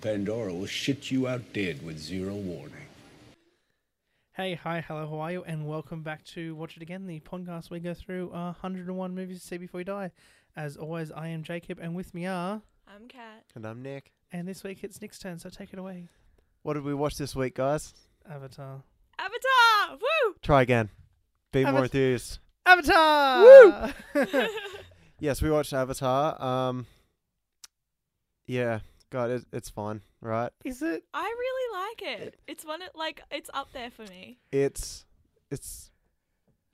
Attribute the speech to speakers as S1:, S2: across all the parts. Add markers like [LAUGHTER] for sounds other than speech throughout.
S1: Pandora will shit you out dead with zero warning.
S2: Hey, hi, hello, how are you? And welcome back to Watch It Again, the podcast where we go through uh, 101 movies to see before you die. As always, I am Jacob, and with me are.
S3: I'm Kat.
S4: And I'm Nick.
S2: And this week it's Nick's turn, so take it away,
S4: What did we watch this week, guys?
S2: Avatar.
S3: Avatar!
S4: [LAUGHS]
S3: Woo! [LAUGHS]
S4: Try again. Be
S2: Avatar.
S4: more enthused.
S2: Avatar! Woo!
S4: Yes, we watched Avatar. Um, yeah, God, it, it's fine, right?
S2: [LAUGHS] Is it?
S3: I really like it. It's one of, like it's up there for me.
S4: It's it's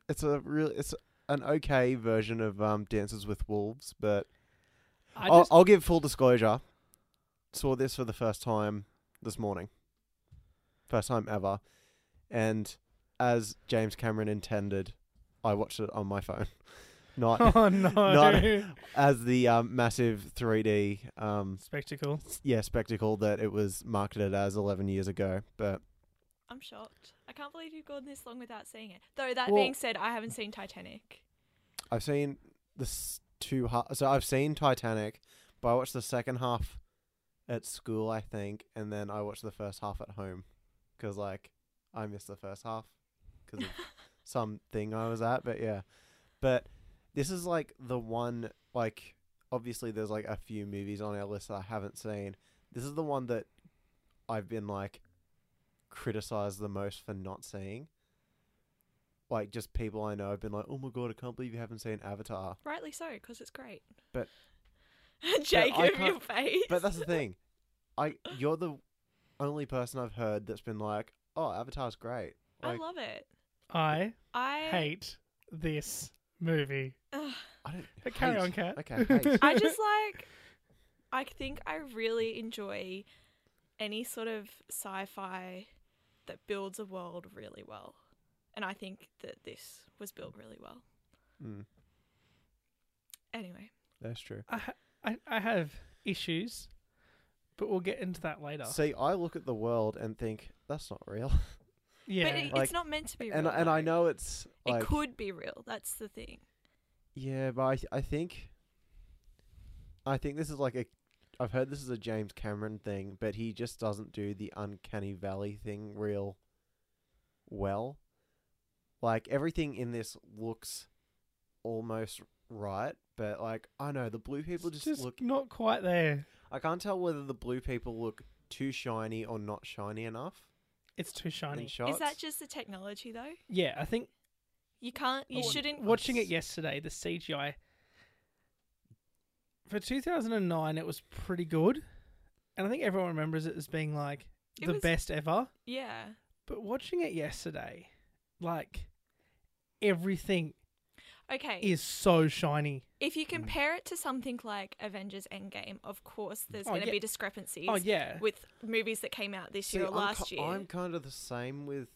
S4: it's a real it's an okay version of um, Dances with Wolves, but
S2: I
S4: I'll,
S2: just,
S4: I'll give full disclosure. Saw this for the first time this morning, first time ever, and as James Cameron intended, I watched it on my phone, [LAUGHS] not
S2: [LAUGHS] oh, no.
S4: Not- as the um, massive 3D um,
S2: Spectacle.
S4: s- yeah spectacle that it was marketed as 11 years ago. But
S3: I'm shocked. I can't believe you've gone this long without seeing it. Though that
S4: Well-
S3: being said, I haven't seen Titanic.
S4: I've seen the s- two ha- so I've seen Titanic, but I watched the second half at school, I think, and then I watched the first half at home because like I missed the first half because of something I was at. But yeah, but this is like the one like obviously there's like a few movies on our list that I haven't seen. This is the one that I've been like criticized the most for not seeing. Like just people I know have been like, "Oh my god, I can't believe you haven't seen Avatar."
S3: Rightly so, because it's great. [LAUGHS]
S4: But-
S3: Jacob, your
S4: can't-
S3: face.
S4: But that's the thing. I you're the only person I've heard that's been like, "Oh, Avatar's great."
S3: I
S4: Like,
S3: love it.
S2: I
S3: I
S2: hate this movie.
S3: [SIGHS] Ugh.
S4: I don't.
S2: But carry
S4: hate-
S2: on, Kat.
S4: Okay. hate.
S2: [LAUGHS]
S3: I
S4: [LAUGHS]
S3: just like. I think I really enjoy any sort of sci-fi that builds a world really well, and I think that this was built really well.
S4: Mm,
S3: Anyway,
S4: that's true.
S2: I, ha- I, I have issues, but we'll get into that later.
S4: See, I look at the world and think that's not real,
S2: yeah.
S3: but it,
S4: Like-
S3: it's not meant to be real.
S4: and and I
S3: though.
S4: know it's like
S3: it could be real. That's the thing.
S4: Yeah, but I, th- I think I think this is like a I've heard this is a James Cameron thing, but he just doesn't do the uncanny valley thing real well. Like everything in this looks almost right, but like I know the blue people
S2: It's
S4: just,
S2: just
S4: look
S2: not quite there.
S4: I can't tell whether the blue people look too shiny or not shiny enough
S2: It's too shiny.
S4: in shots.
S3: Is that just the technology though?
S2: yeah, I think
S3: You can't. You
S2: Oh,
S3: shouldn't.
S2: Watching it yesterday, the CGI for 2009, it was pretty good, and I think everyone remembers it as being like
S3: It
S2: the
S3: was-
S2: best ever.
S3: Yeah.
S2: But watching it yesterday, like everything
S3: Okay.
S2: is Mm. so shiny.
S3: if you compare it to something like Avengers Endgame, of course there's
S2: Oh,
S3: going to
S2: yeah.
S3: be discrepancies
S2: Oh yeah,
S3: with movies that came out this
S4: See,
S3: year or
S4: I'm
S3: last
S4: ki-
S3: year. [LAUGHS]
S4: I'm kind of the same with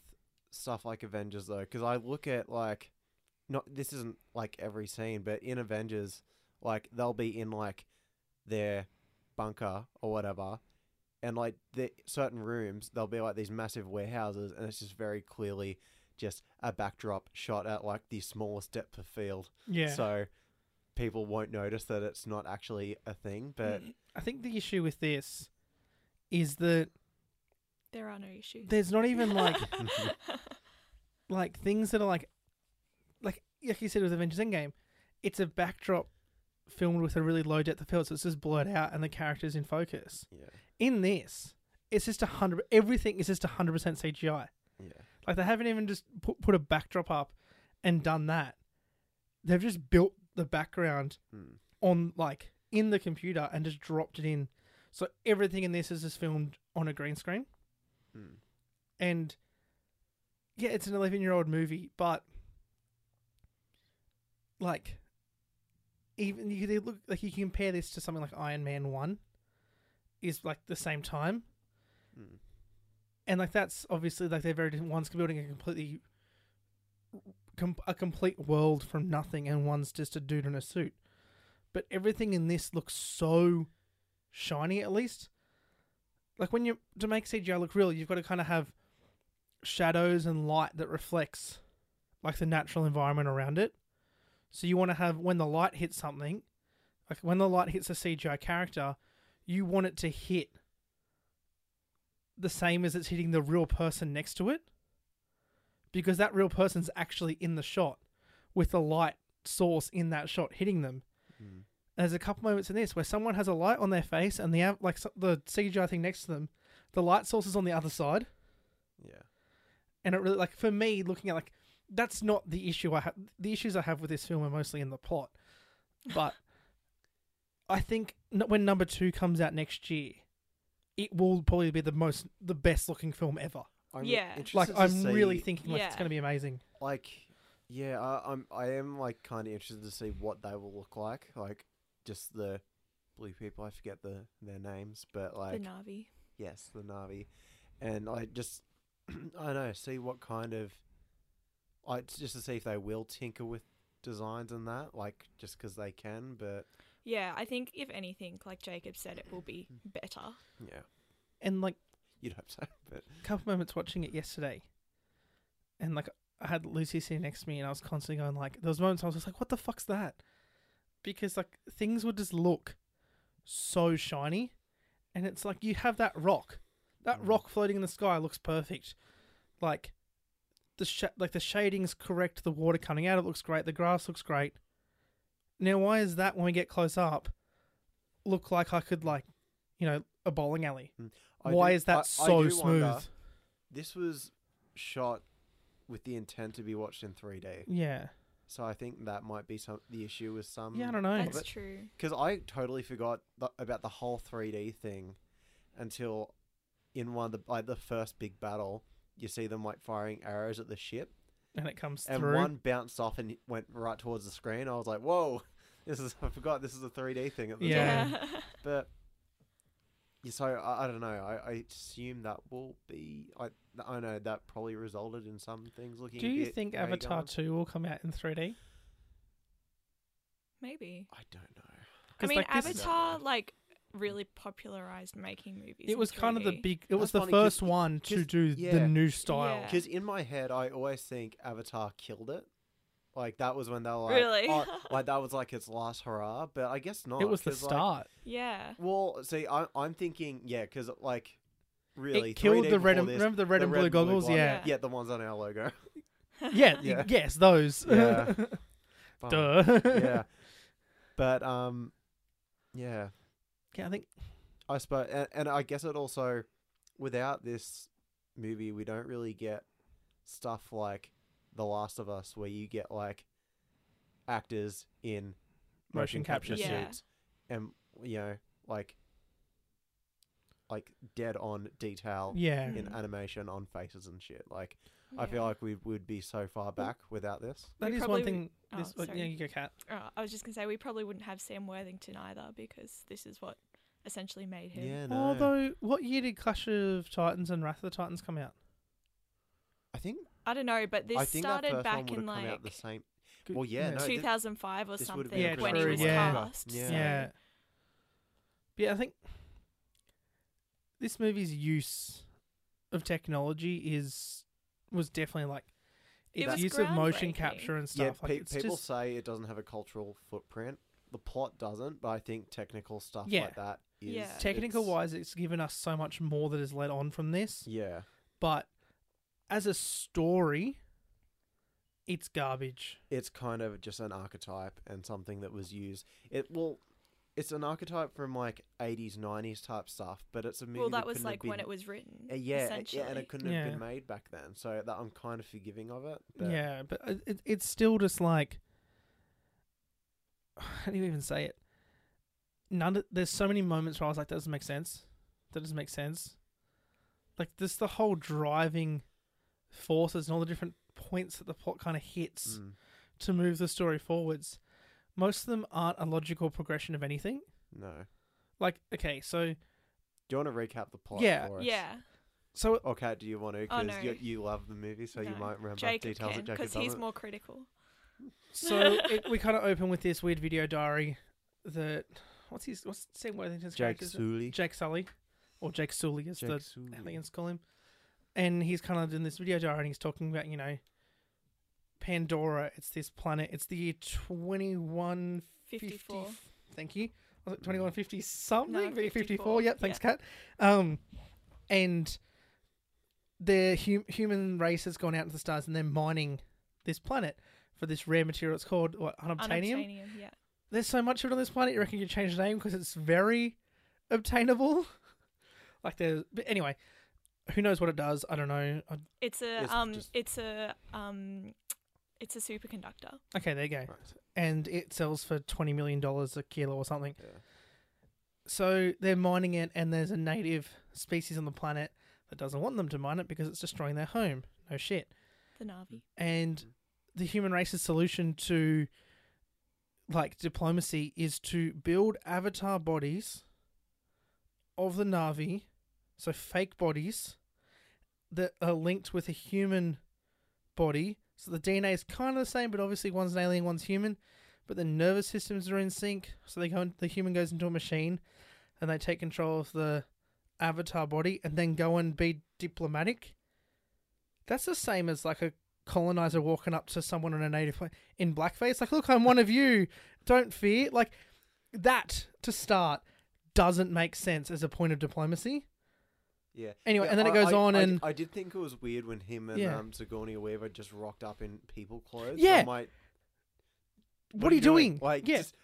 S4: stuff like Avengers though, because I look at like, not this isn't like every scene, but in Avengers, like they'll be in like their bunker or whatever, and like the certain rooms they'll be like these massive warehouses, and it's just very clearly just a backdrop shot at like the smallest depth of field,
S2: yeah.
S4: so people won't notice that it's not actually a thing,
S3: [CLEARS THROAT]
S4: but.
S2: I think the issue with this is that
S3: there are no issues.
S2: there's not even
S3: [LAUGHS]
S2: like [LAUGHS] like things that are like like like you said with Avengers Endgame, it's a backdrop filmed with a really low depth of field, so it's just blurred out and the characters in focus.
S4: Yeah,
S2: In this, it's just a hundred. Everything is just a hundred percent CGI.
S4: yeah.
S2: Like they haven't even just put put a backdrop up and done that. They've just built the background
S4: Mm.
S2: on like in the computer and just dropped it in. So everything in this is just filmed on a green screen
S4: Mm.
S2: and yeah, it's an eleven-year-old movie, but like, even you could look like you compare this to something like Iron Man One, is like the same time,
S4: Mm.
S2: and like that's obviously like they're very different. One's building a completely com- a complete world from nothing, and one's just a dude in a suit. But everything in this looks so shiny, at least. Like when you to make CGI look real, you've got to kind of have shadows and light that reflects like the natural environment around it. So you want to have when the light hits something, like when the light hits a CGI character, you want it to hit the same as it's hitting the real person next to it because that real person's actually in the shot with the light source in that shot hitting them.
S4: Mm.
S2: And there's a couple moments in this where someone has a light on their face and the av- like so- the CGI thing next to them, the light source is on the other side,
S4: Yeah.
S2: and it really like for me looking at like that's not the issue I have. The issues I have with this film are mostly in the
S4: [LAUGHS]
S2: plot, but I think n- when number two comes out next year, it will probably be the most the best looking film ever.
S4: I'm
S3: Yeah. Like,
S2: Like
S4: interested to
S2: I'm really
S4: see-
S2: thinking like it's
S3: Yeah.
S2: going to be amazing.
S4: like yeah I, i'm i am like kind of interested to see what they will look like like just the blue people i forget the their names but like
S3: the Navi.
S4: yes the navi and i just [CLEARS THROAT] i don't know see what kind of i just to see if they will tinker with designs and that like just because they can but
S3: Yeah, I think if anything, like Jacob said, it will be better.
S4: yeah [LAUGHS]
S2: And like
S4: you'd hope so but
S2: couple moments watching it yesterday, and like I had Lucy sitting next to me, and I was constantly going like, there was moments I was just like, "What the fuck's that?" Because like things would just look so shiny, and it's like you have that rock, that
S4: Mm.
S2: rock floating in the sky looks perfect, like the sh- like the shading's correct, the water coming out it looks great, the grass looks great. Now why is that when we get close up, look like I could like, you know, a bowling alley?
S4: mm, I
S2: why
S4: do-
S2: is that
S4: I- I
S2: so
S4: do
S2: smooth?
S4: wonder- this was shot with the intent to be watched in 3d
S2: Yeah.
S4: So I think that might be some the issue with some.
S2: Yeah, I don't know.
S3: That's
S4: but-
S3: true.
S4: Because I totally forgot th- about the whole 3D thing until in one of the like the first big battle, you see them like firing arrows at the ship,
S2: and it comes
S4: and
S2: through.
S4: one bounced off and went right towards the screen. I was like, "Whoa, [LAUGHS] this is I forgot this is a 3D thing." At the
S2: Yeah.
S4: time. but yeah, so I, I don't know. I, I assume that will be. I I know that probably resulted in some things looking.
S2: Do
S4: a
S2: you
S4: bit
S2: think
S4: raygun.
S2: Avatar 2 will come out in 3D?
S3: [LAUGHS] Maybe.
S4: I don't know.
S2: 'Cause,
S3: I mean,
S2: like, this is-
S3: Avatar like really popularized making movies.
S2: It
S3: in
S2: was kind of the
S3: 3D.
S2: big. It was
S4: That's
S2: the
S4: funny 'cause-
S2: first one to
S4: 'cause-
S2: do
S4: yeah.
S2: the new style.
S3: Yeah.
S4: Because in my head, I always think Avatar killed it. Like that was when they were like,
S3: Really? [LAUGHS]
S4: oh, like that was like its last hurrah. But I guess not.
S2: It was the
S4: 'cause, like-
S2: start.
S3: Yeah.
S4: well, see, I, I'm thinking, yeah, because like, really,
S2: it killed
S4: 3D
S2: the red.
S4: before
S2: And,
S4: this,
S2: remember the red and blue goggles?
S4: one-
S2: yeah.
S4: yeah, the ones on our logo.
S2: [LAUGHS]
S4: [LAUGHS]
S2: [LAUGHS]
S3: [LAUGHS]
S2: Yeah.
S4: Yeah.
S2: y- Yes, those.
S4: Yeah.
S2: [LAUGHS]
S4: Fun.
S2: Duh. [LAUGHS]
S4: [LAUGHS] yeah, but um, yeah,
S2: Yeah, I think.
S4: I suppose, and, and I guess it also, without this movie, we don't really get stuff like The Last of Us, where you get like actors in
S2: Motion capture
S3: Yeah.
S4: suits, and you know, like, like dead on detail
S2: Yeah.
S4: in
S3: Mm.
S4: animation on faces and shit. Like, I
S3: yeah.
S4: feel like we would be so far back without this.
S2: That
S3: we
S2: is one
S3: probably-
S2: thing.
S3: oh,
S2: This, oh, yeah,
S3: sorry.
S2: you go, Kat.
S3: Oh, I was just gonna say we probably wouldn't have Sam Worthington either because this is what essentially made him.
S4: Yeah, no.
S2: Although, what year did Clash of Titans and Wrath of the Titans come out?
S4: I think
S3: I don't know, but this
S4: I think that
S3: started
S4: first
S3: back
S4: one would
S3: in
S4: have come
S3: like
S4: out the same.
S2: Good-
S4: Well, yeah, no, thi-
S3: 2005 or
S4: this
S3: something
S4: would've been
S2: Yeah,
S3: when
S2: true,
S3: he was
S2: yeah.
S3: cast.
S4: Yeah.
S3: so-
S2: Yeah. But yeah, I think this movie's use of technology is was definitely like
S3: It
S2: its
S3: was
S2: use of motion
S3: groundbreaking.
S2: capture and stuff.
S4: Yeah,
S2: like
S4: pe-
S2: it's
S4: people
S2: just
S4: say it doesn't have a cultural footprint. The plot doesn't, but I think technical stuff
S2: Yeah.
S4: like that is
S3: Yeah.
S2: technical
S4: it's-
S2: wise, it's given us so much more that is led on from this.
S4: Yeah,
S2: But as a story, it's garbage.
S4: it's kind of just an archetype and something that was used. It well, it's an archetype from like eighties, nineties type stuff, but it's a movie.
S3: Well, that was
S4: couldn't
S3: like
S4: have
S3: when
S4: been-
S3: it was written.
S4: Uh, yeah, uh,
S3: essentially.
S4: yeah, and it couldn't have
S2: Yeah.
S4: been made back then. So that I'm kind of forgiving of it. But
S2: yeah, but it- it, it's still just like [SIGHS] how do you even say it? None. Of, there's so many moments where I was like, "That doesn't make sense. That doesn't make sense." Like this, the whole driving forces and all the different points that the plot kind of hits
S4: mm,
S2: to move the story forwards. Most of them aren't a logical progression of anything.
S4: no.
S2: Like, okay, so
S4: Do you want to recap the plot?
S2: Yeah.
S4: for us?
S3: Yeah,
S2: so
S4: Or Kat, do you want to?
S3: Oh,
S4: Because
S3: no.
S4: you, you love the movie, so you
S3: No.
S4: might remember
S3: Jacob
S4: details
S3: can
S4: that Jacob
S3: because he's
S4: doesn't.
S3: more critical.
S4: [LAUGHS]
S2: so it, we kind of open with this weird video diary that what's his what's Sam Worthington's
S4: Jake
S2: character's
S4: Sully.
S2: Jake Sully, or Jake Sully as the
S4: Sully.
S2: aliens call him. And he's kind of in this video diary and he's talking about, you know, Pandora. It's this planet. It's the year 2150.
S3: 54.
S2: Thank you. Was it 2150 something?
S3: No,
S2: 54.
S3: 54,
S2: Yep. Thanks, Kat. Um, and the hum- human race has gone out into the stars and they're mining this planet for this rare material. It's called what unobtainium.
S3: Unobtainium, yeah.
S2: There's so much of it on this planet. You reckon you change the name because it's very obtainable. [LAUGHS] like there's, but anyway, who knows what it does? I don't know. I,
S3: It's a
S4: Yes,
S3: um
S4: just-
S3: it's a um it's a superconductor.
S2: okay, there you go.
S4: Right.
S2: And it sells for twenty million dollars a kilo or something.
S4: Yeah.
S2: So they're mining it, and there's a native species on the planet that doesn't want them to mine it because it's destroying their home. No shit.
S3: The Navi.
S2: and the human race's solution to like diplomacy is to build avatar bodies of the Navi, so fake bodies that are linked with a human body. So the DNA is kind of the same, but obviously one's an alien, one's human. But the nervous systems are in sync, so they go. In, the human goes into a machine, and they take control of the avatar body, and then go and be diplomatic. That's the same as like a colonizer walking up to someone on a native pla- in blackface, like, "Look, I'm one of you. Don't fear." Like that to start doesn't make sense as a point of diplomacy.
S4: Yeah.
S2: Anyway,
S4: Yeah,
S2: and then it
S4: I-
S2: goes
S4: I-
S2: on
S4: I-
S2: and-
S4: I did think it was weird when him and
S2: Yeah.
S4: um, Sigourney Weaver just rocked up in people clothes.
S2: Yeah.
S4: I'm like,
S2: What, are you doing?
S4: Like,
S2: yeah,
S4: just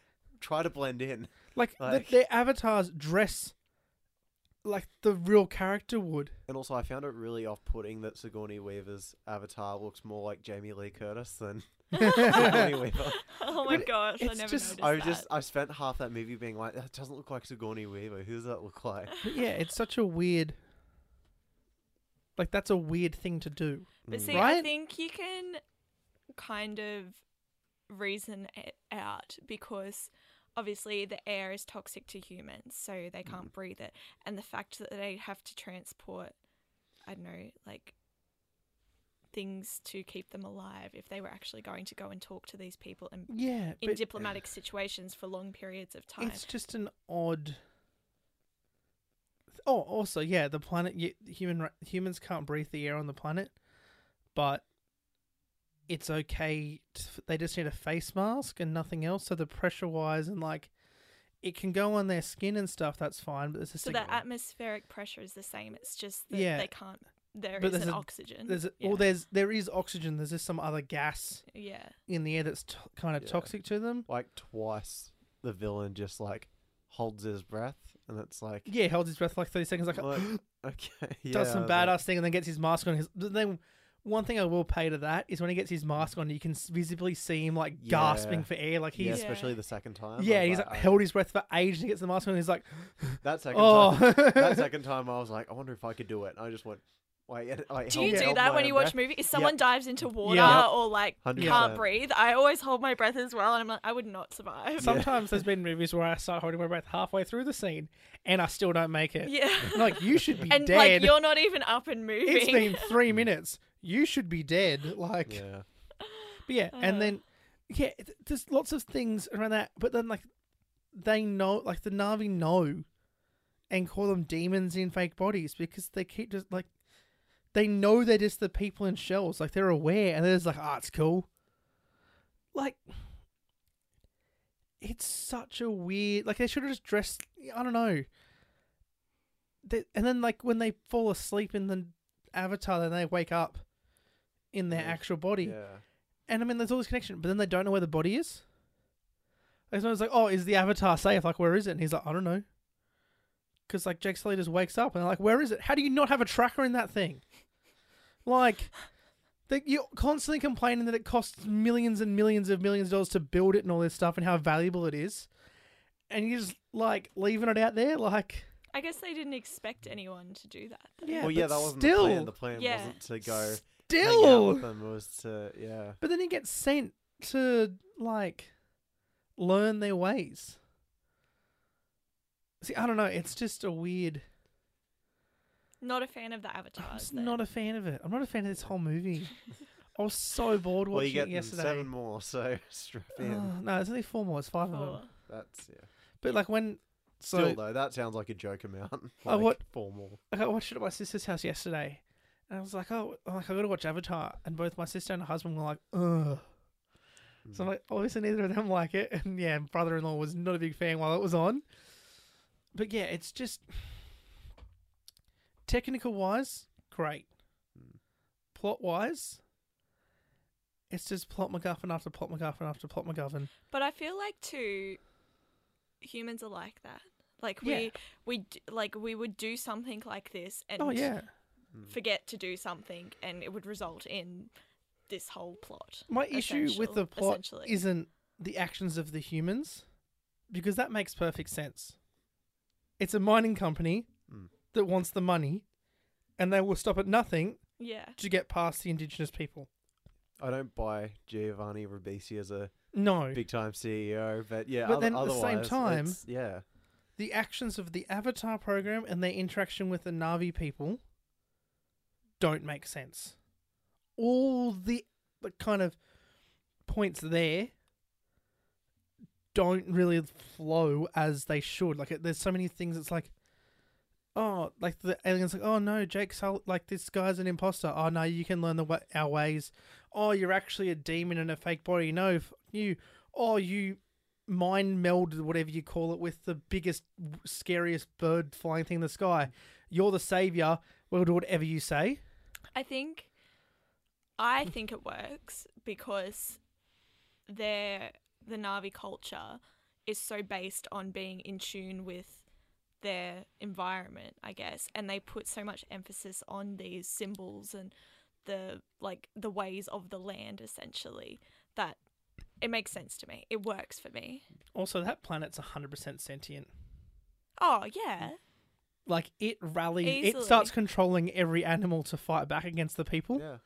S4: try to blend in. [LAUGHS]
S2: like, the-
S4: like-
S2: their avatars dress like the real character would.
S4: And also, I found it really off-putting that Sigourney Weaver's avatar looks more like Jamie Lee Curtis
S2: [LAUGHS]
S4: than [LAUGHS] Sigourney Weaver.
S3: [LAUGHS] Oh my
S2: But
S3: gosh, I
S2: it's
S3: never
S2: just-
S3: noticed
S4: I
S3: that.
S4: just I spent half that movie being like, that doesn't look like Sigourney Weaver. Who does that
S2: [LAUGHS]
S4: look like?
S2: But yeah, it's such a weird. Like that's a weird thing to do.
S3: [LAUGHS] But
S4: Mm.
S3: see, I
S2: Right?
S3: think you can kind of reason it out because obviously the air is toxic to humans, so they
S2: Mm.
S3: can't breathe it. And the fact that they have to transport, I don't know, like things to keep them alive if they were actually going to go and talk to these people and
S2: Yeah, Mm,
S3: in
S2: but [SIGHS]
S3: diplomatic situations for long periods of time.
S2: it's just an odd. Oh, also, yeah, the planet y- human ra- humans can't breathe the air on the planet, but it's okay. t they just need a face mask and nothing else. So the pressure wise and like, it can go on their skin and stuff. That's fine, but there's just
S3: So
S2: a-
S3: the atmospheric pressure is the same. It's just that
S2: Yeah.
S3: they can't. There
S2: But
S3: not
S2: there's a-
S3: oxygen.
S2: there's a,
S3: yeah.
S2: well, there's there is oxygen. There's just some other gas
S3: yeah.
S2: in the air that's t- kind of
S4: Yeah.
S2: toxic to them.
S4: Like twice, the villain just like holds his breath, and it's like,
S2: Yeah, he holds his breath for like thirty seconds, like [GASPS]
S4: like, okay, yeah,
S2: does some
S4: I was like,
S2: badass thing and then gets his mask on. His then one thing I will pay to that is when he gets his mask on, you can s- visibly see him like gasping
S4: Yeah.
S2: for air, like
S4: yeah,
S2: he's
S3: Yeah.
S4: especially the second time. I
S2: yeah,
S4: was
S2: he's
S4: like,
S2: like
S4: I-
S2: held his breath for ages. and He gets the mask on, and he's like,
S4: that second time.
S2: oh, [LAUGHS]
S4: that second time I was like, I wonder if I could do it. I just went, wait. and I
S3: Do
S4: held-
S3: you do
S4: held
S3: that
S4: my
S3: when
S4: own
S3: you watch
S4: breath.
S3: movies? If someone dives into water
S2: Yep.
S3: or like
S4: Hundred
S3: can't
S4: percent.
S3: breathe, I always hold my breath as well, and I'm like, I would not survive.
S2: Sometimes there's been movies where I start holding my breath halfway through the scene and I still don't make it.
S3: [LAUGHS] Yeah,
S2: I'm like you should be
S3: [LAUGHS] and
S2: dead.
S3: like you're not even up and moving.
S2: it's been
S4: [LAUGHS]
S2: three minutes. You should be dead. Like.
S4: Yeah.
S2: But yeah,
S3: Uh.
S2: and then yeah, th- there's lots of things around that. But then like they know, like the Navi know, and call them demons in fake bodies because they keep just like they know they're just the people in shells. Like they're aware, and they're just like, ah, it's cool. Like. It's such a weird. Like they should have just dressed. I don't know. They, and then like when they fall asleep in the avatar, then they wake up in their
S4: Yeah.
S2: actual body.
S4: Yeah.
S2: And I mean, there's all this connection, but then they don't know where the body is. Like, someone's like, "Oh, is the avatar safe? Like, where is it?" And he's like, "I don't know." Because like Jake Sully just wakes up and they're like, "Where is it? How do you not have a tracker in that thing?" Like, they, you're constantly complaining that it costs millions and millions of millions of dollars to build it and all this stuff and how valuable it is, and you're just like leaving it out there. Like,
S3: [LAUGHS] I guess they didn't expect anyone to do that. though.
S2: yeah,
S4: Well, yeah,
S2: but
S4: that wasn't
S2: still,
S4: the plan. The plan
S3: Yeah.
S4: wasn't to go hang out
S2: still.
S4: with them. It was to yeah.
S2: But then he gets sent to like learn their ways. See, I don't know. It's just a weird.
S3: Not a fan of the
S2: I'm
S3: avatars.
S2: just not a fan of it. I'm not a fan of this whole movie. I was so bored
S4: Well, you
S2: watching it
S4: get
S2: yesterday.
S4: seven more, so [LAUGHS] strap in.
S2: Oh, no, it's only four more. It's five of them.
S4: That's yeah.
S2: But like when, so
S4: Still though, that sounds like a joke amount. [LAUGHS]
S2: I
S4: like,
S2: wa-
S4: four more.
S2: like, I watched it at my sister's house yesterday, and I was like, oh, like I got to watch Avatar, and both my sister and her husband were like, ugh. So I'm like, obviously neither of them [LAUGHS] like it, and yeah, brother-in-law was not a big fan while it was on. But yeah, it's just technical wise, great. plot wise, it's just plot MacGuffin after plot MacGuffin after plot MacGuffin.
S3: But I feel like too, humans are like that. Like we
S2: Yeah.
S3: we d- like we would do something like this and
S2: Oh yeah,
S3: forget to do something, and it would result in this whole plot.
S2: my issue with
S3: essential-
S2: the plot
S3: essentially.
S2: isn't the actions of the humans, because that makes perfect sense. It's a mining company
S4: Mm.
S2: that wants the money, and they will stop at nothing
S3: yeah.
S2: to get past the indigenous people.
S4: I don't buy Giovanni Ribisi as a
S2: No,
S4: big time CEO, but yeah.
S2: But
S4: oth-
S2: then at the same
S4: otherwise,
S2: time-
S4: it's- yeah,
S2: the actions of the Avatar program and their interaction with the Navi people don't make sense. All the the kind of points there don't really flow as they should. Like, it- there's so many things. It's like, oh, like the aliens, like, oh no, Jake's hel- like this guy's an imposter. Oh no, you can learn the wa- our ways. Oh, you're actually a demon in a fake body. No, f- you. Oh, you mind meld whatever you call it with the biggest w- scariest bird flying thing in the sky you're the savior we'll do whatever you say
S3: I think I think it works because their the Navi culture is so based on being in tune with their environment, I guess, and they put so much emphasis on these symbols and the like the ways of the land essentially that it makes sense to me. It works for me.
S2: also that planet's 100% sentient
S3: Oh yeah.
S2: like it rallies it
S3: Easily.
S2: starts controlling every animal to fight back against the people
S4: yeah.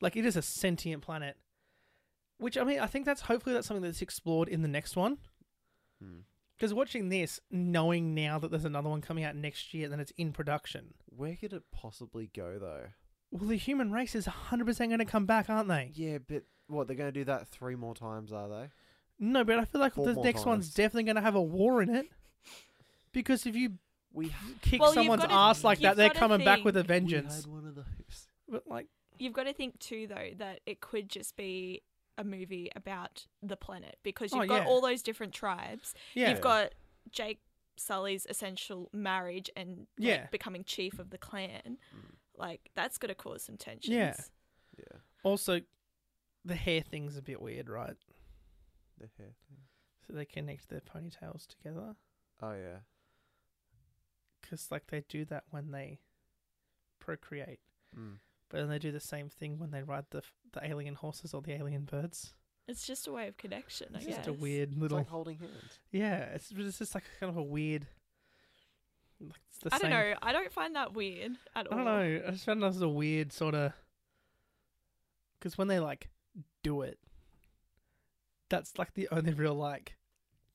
S2: like it is a sentient planet which i mean i think that's hopefully that's something that's explored in the next one
S4: Hmm.
S2: because watching this knowing now that there's another one coming out next year and that it's in production
S4: Where could it possibly go though?
S2: well the human race is 100% going to come back aren't they
S4: Yeah, but what they're gonna do that three more times, are they?
S2: No, but I feel like
S4: Four
S2: the
S4: more
S2: next one's
S4: times.
S2: definitely going to have a war in it. Because if you
S4: We
S2: kick
S3: Well, you've
S2: someone's
S3: gotta-
S2: ass like that,
S3: you've
S2: they're
S3: gotta
S2: coming back with a
S3: think-
S4: We had
S2: vengeance.
S4: one of those.
S2: But like,
S3: You've got to think too, though, that it could just be a movie about the planet because
S2: Oh,
S3: you've got
S2: yeah.
S3: all those different tribes.
S2: yeah,
S3: You've got Jake Sully's essential marriage and like,
S2: Yeah. Mm.
S3: becoming chief of the clan. Like that's going to cause some tensions.
S4: [LAUGHS] Yeah,
S2: also the hair thing's a bit weird, right?
S4: the hair thing.
S2: So they connect their ponytails together
S4: Oh yeah.
S2: because like they do that when they procreate,
S4: Mm.
S2: but then they do the same thing when they ride the f- the alien horses or the alien birds.
S3: It's just a way of connection. I
S2: It's
S3: guess.
S2: just a weird
S4: It's
S2: little
S4: like holding hands.
S2: yeah. It's, it's just like kind of a weird. Like it's the
S3: I
S2: same
S3: don't know. I don't find that weird at
S2: I
S3: all.
S2: don't know. I just found that was a weird sort of. Because when they like do it, that's like the only real like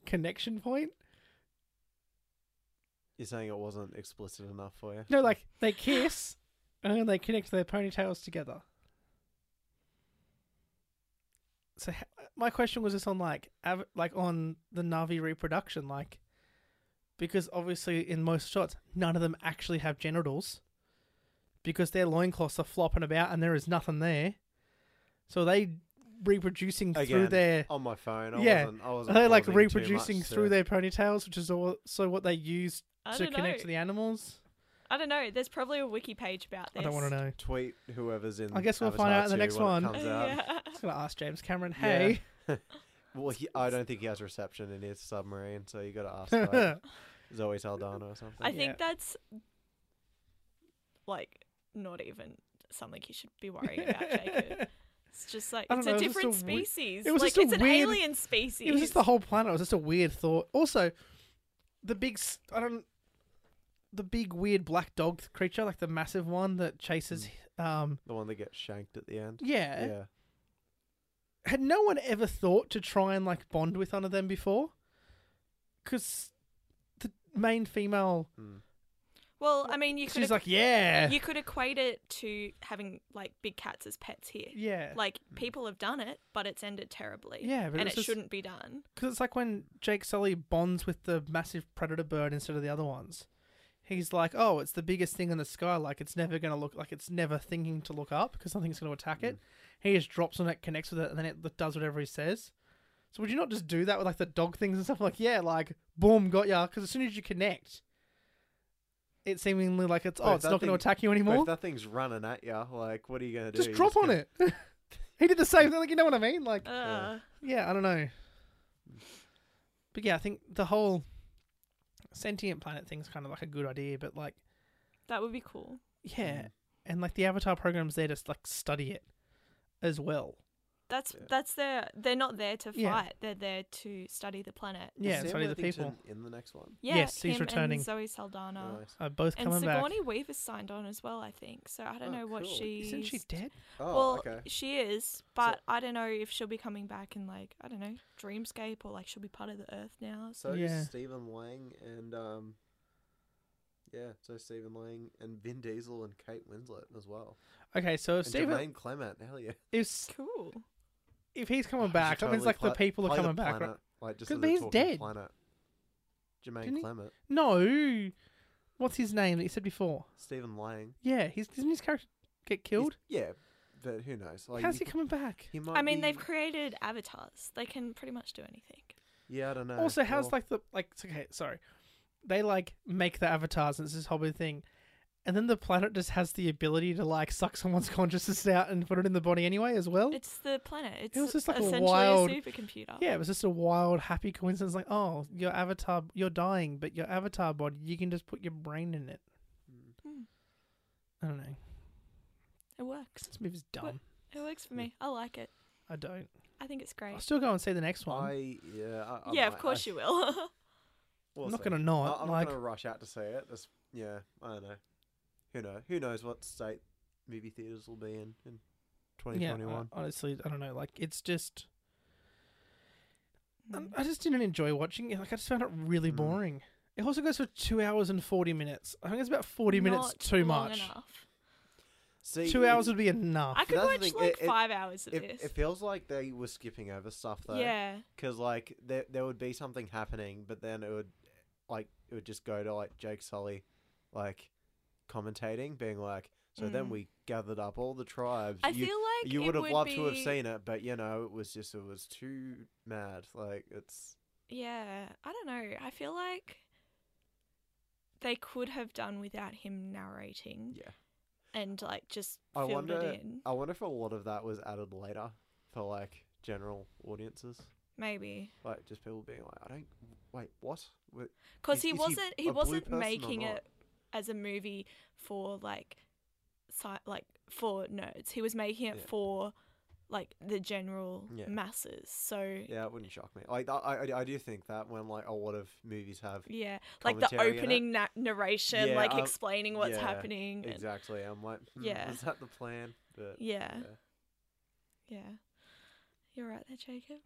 S2: connection point.
S4: You're saying it wasn't explicit enough for you?
S2: No, like they kiss and then they connect their ponytails together. So h- my question was just on like av- like on the Navi reproduction, like because obviously in most shots none of them actually have genitals because their loincloths are flopping about and there is nothing there. So are they reproducing through
S4: Again,
S2: their
S4: on my phone. I
S2: Yeah.
S4: wasn't, I wasn't
S2: are they like
S4: pausing too much
S2: reproducing through
S4: to-
S2: their ponytails, which is also what they use
S3: I
S2: to
S3: don't know.
S2: connect to the animals?
S3: I don't know. There's probably a wiki page about this.
S2: I don't want to know.
S4: Tweet whoever's in.
S2: I guess we'll find
S4: Avatar
S2: out in the
S4: 2
S2: next
S4: when it
S2: one.
S3: [LAUGHS]
S4: comes out.
S3: yeah.
S2: just gonna ask James Cameron,
S4: Yeah.
S2: hey,
S4: Well, he, I don't think he has reception in his submarine, so you got
S2: [LAUGHS]
S4: to ask like, Zoe Saldana or something.
S3: I
S2: Yeah.
S3: think that's like not even something you should be worrying
S2: [LAUGHS]
S3: about, Jacob. It's just like
S2: I
S3: it's
S2: don't
S3: a
S2: know, it was just
S3: different
S2: a wei-
S3: species.
S2: it was
S3: like
S2: just a
S3: it's an
S2: weird-
S3: alien species.
S2: it was just the whole planet. It was just a weird thought. Also, the big, s- I don't, the big weird black dog creature, like the massive one that chases. Um,
S4: the one that gets shanked at the end.
S2: yeah.
S4: Mm. Yeah.
S2: Had no one ever thought to try and like bond with one of them before? Because the main female,
S4: Mm.
S3: well, I mean, you could
S2: she's
S3: equ-
S2: like, yeah,
S3: you could equate it to having like big cats as pets here.
S2: yeah, Mm.
S3: Like people have done it, but it's ended terribly.
S2: Yeah, but
S3: and
S2: it's
S3: it
S2: just-
S3: shouldn't be done.
S2: Because it's like when Jake Sully bonds with the massive predator bird instead of the other ones. He's like, oh, it's the biggest thing in the sky. Like, it's never going to look like it's never thinking to look up because nothing's going to attack it. He just drops on it, connects with it, and then it does whatever he says. So, would you not just do that with like the dog things and stuff? Like, yeah, like, boom, got ya. Because as soon as you connect, it seemingly like it's
S4: But
S2: oh,
S4: if
S2: it's
S4: that
S2: not going to
S4: thing-
S2: attack you
S4: But
S2: anymore.
S4: if that thing's running at you, like, what are you gonna do?
S2: just
S4: You're
S2: drop on
S4: gonna-
S2: it. [LAUGHS] he did the same thing. Like you know what I mean? Like
S3: Uh,
S2: yeah, I don't know. But yeah, I think the whole sentient planet thing's kind of like a good idea, but like
S3: that would be cool.
S2: yeah,
S3: Mm.
S2: and like the Avatar program's there to like study it as well.
S3: That's
S4: Yeah.
S3: that's their. They're not there to fight.
S2: Yeah.
S3: They're there to study the planet.
S4: Is
S2: Yeah,
S4: Sam
S2: study the people.
S4: Worthington in the next one.
S3: Yeah,
S2: Yes, he's
S3: him
S2: returning.
S3: And Zoe Saldana.
S4: Nice.
S2: Are Uh, both
S3: And
S2: coming back?
S3: Sigourney Weaver's signed on as well, I think. So I don't
S4: Oh,
S3: know what
S4: cool.
S3: she's.
S2: Isn't she dead?
S4: Oh,
S3: well,
S4: okay.
S3: she is, but I don't know if she'll be coming back in like I don't know Dreamscape or like she'll be part of the Earth now.
S4: So
S2: Yeah.
S4: is Stephen Lang and um, yeah, so Stephen Lang and Vin Diesel and Kate Winslet as well.
S2: Okay, so if
S4: and
S2: Stephen,
S4: Jermaine Clement, hell yeah,
S2: if
S3: Cool.
S2: if he's coming
S4: [LAUGHS] Should
S2: back, that means
S4: totally
S2: like
S4: pla-
S2: the people are
S4: play the
S2: coming back, right?
S4: planet, Like just
S2: 'Cause
S4: as a
S2: he's
S4: talking
S2: dead.
S4: Planet. Jermaine
S2: Didn't he-
S4: Clement,
S2: No, what's his name that you said before?
S4: Stephen Lang.
S2: Yeah, he's didn't his character get
S4: He's-
S2: killed?
S4: Yeah, but who knows? Like,
S2: How's
S4: you
S2: he
S4: could-
S2: coming back?
S4: he might
S3: I mean,
S4: be-
S3: they've created avatars. They can pretty much do anything.
S4: Yeah, I don't know.
S2: also, how's
S4: Well,
S2: like the like? it's Okay, sorry. They like make the avatars, and it's this whole big thing, and then the planet just has the ability to like suck someone's [LAUGHS] consciousness out and put it in the body anyway as
S4: Oh.
S2: well.
S3: It's the planet. It's
S2: was just like a
S3: essentially a,
S2: wild-
S3: supercomputer.
S2: yeah, it was just a wild, happy coincidence. Like, oh, your avatar, you're dying, but your avatar body, you can just put your brain in it.
S4: mm,
S3: Hmm,
S2: I don't know.
S3: it works.
S2: This movie's dumb.
S3: It works for me. I like it.
S2: I don't.
S3: I think it's
S2: I'll
S3: great.
S2: still go and see the next one.
S4: I yeah. I, I
S3: yeah,
S4: might-
S3: of course
S4: I,
S3: you will. [LAUGHS]
S4: we'll
S2: I'm not
S4: see.
S2: gonna not
S4: I, am
S2: like.
S4: not gonna rush out to say it. That's, yeah, I don't know. Who know? Who knows what state movie theaters will be in
S2: uh,
S4: in
S2: yeah,
S4: 2021?
S2: uh, honestly, I don't know. Like, it's just. Um, I just didn't enjoy watching it. Like I just found it really
S4: Mm.
S2: boring. It also goes for two hours and forty minutes. I think it's about forty minutes
S3: Not
S2: too
S3: long
S2: much.
S3: enough.
S4: See,
S2: Two
S4: it-
S2: hours would be enough.
S3: I could
S4: that's the
S3: watch
S4: thing,
S3: like
S4: it- it-
S3: five hours of
S4: It,
S3: this.
S4: it feels like they were skipping over stuff though.
S3: yeah.
S4: Because like there there would be something happening, but then it would like it would just go to like Jake Sully, like commentating, being like, so then
S3: Mm.
S4: we gathered up all the tribes.
S3: I
S4: you
S3: feel like
S4: you
S3: it
S4: would have loved to have
S3: be-
S4: seen it, but you know it was just it was too mad. Like it's
S3: Yeah, I don't know. I feel like they could have done without him narrating
S4: yeah.
S3: and like just
S4: I
S3: filled
S4: wonder- uh,
S3: it in.
S4: I wonder if a lot of that was added later for like general audiences,
S3: Maybe
S4: like just people being like, I don't wait what. Wh-
S3: because
S4: Is-
S3: he
S4: is he
S3: wasn't he,
S4: a blue
S3: wasn't
S4: person or
S3: making
S4: not?
S3: it as a movie for like sci- like for nerds. He was making it
S4: Yeah.
S3: for like the general
S4: Yeah.
S3: masses. So yeah,
S4: Yeah, it wouldn't shock me. Like I, I, I do think that when like a lot of movies have
S3: like the
S4: Commentary in it?
S3: opening na- narration,
S4: Yeah,
S3: like
S4: um,
S3: explaining what's
S4: yeah,
S3: happening. and-
S4: exactly, I'm like, hmm,
S3: Yeah.
S4: is that the plan? But
S3: yeah,
S4: yeah.
S3: yeah. You're right there, Jacob.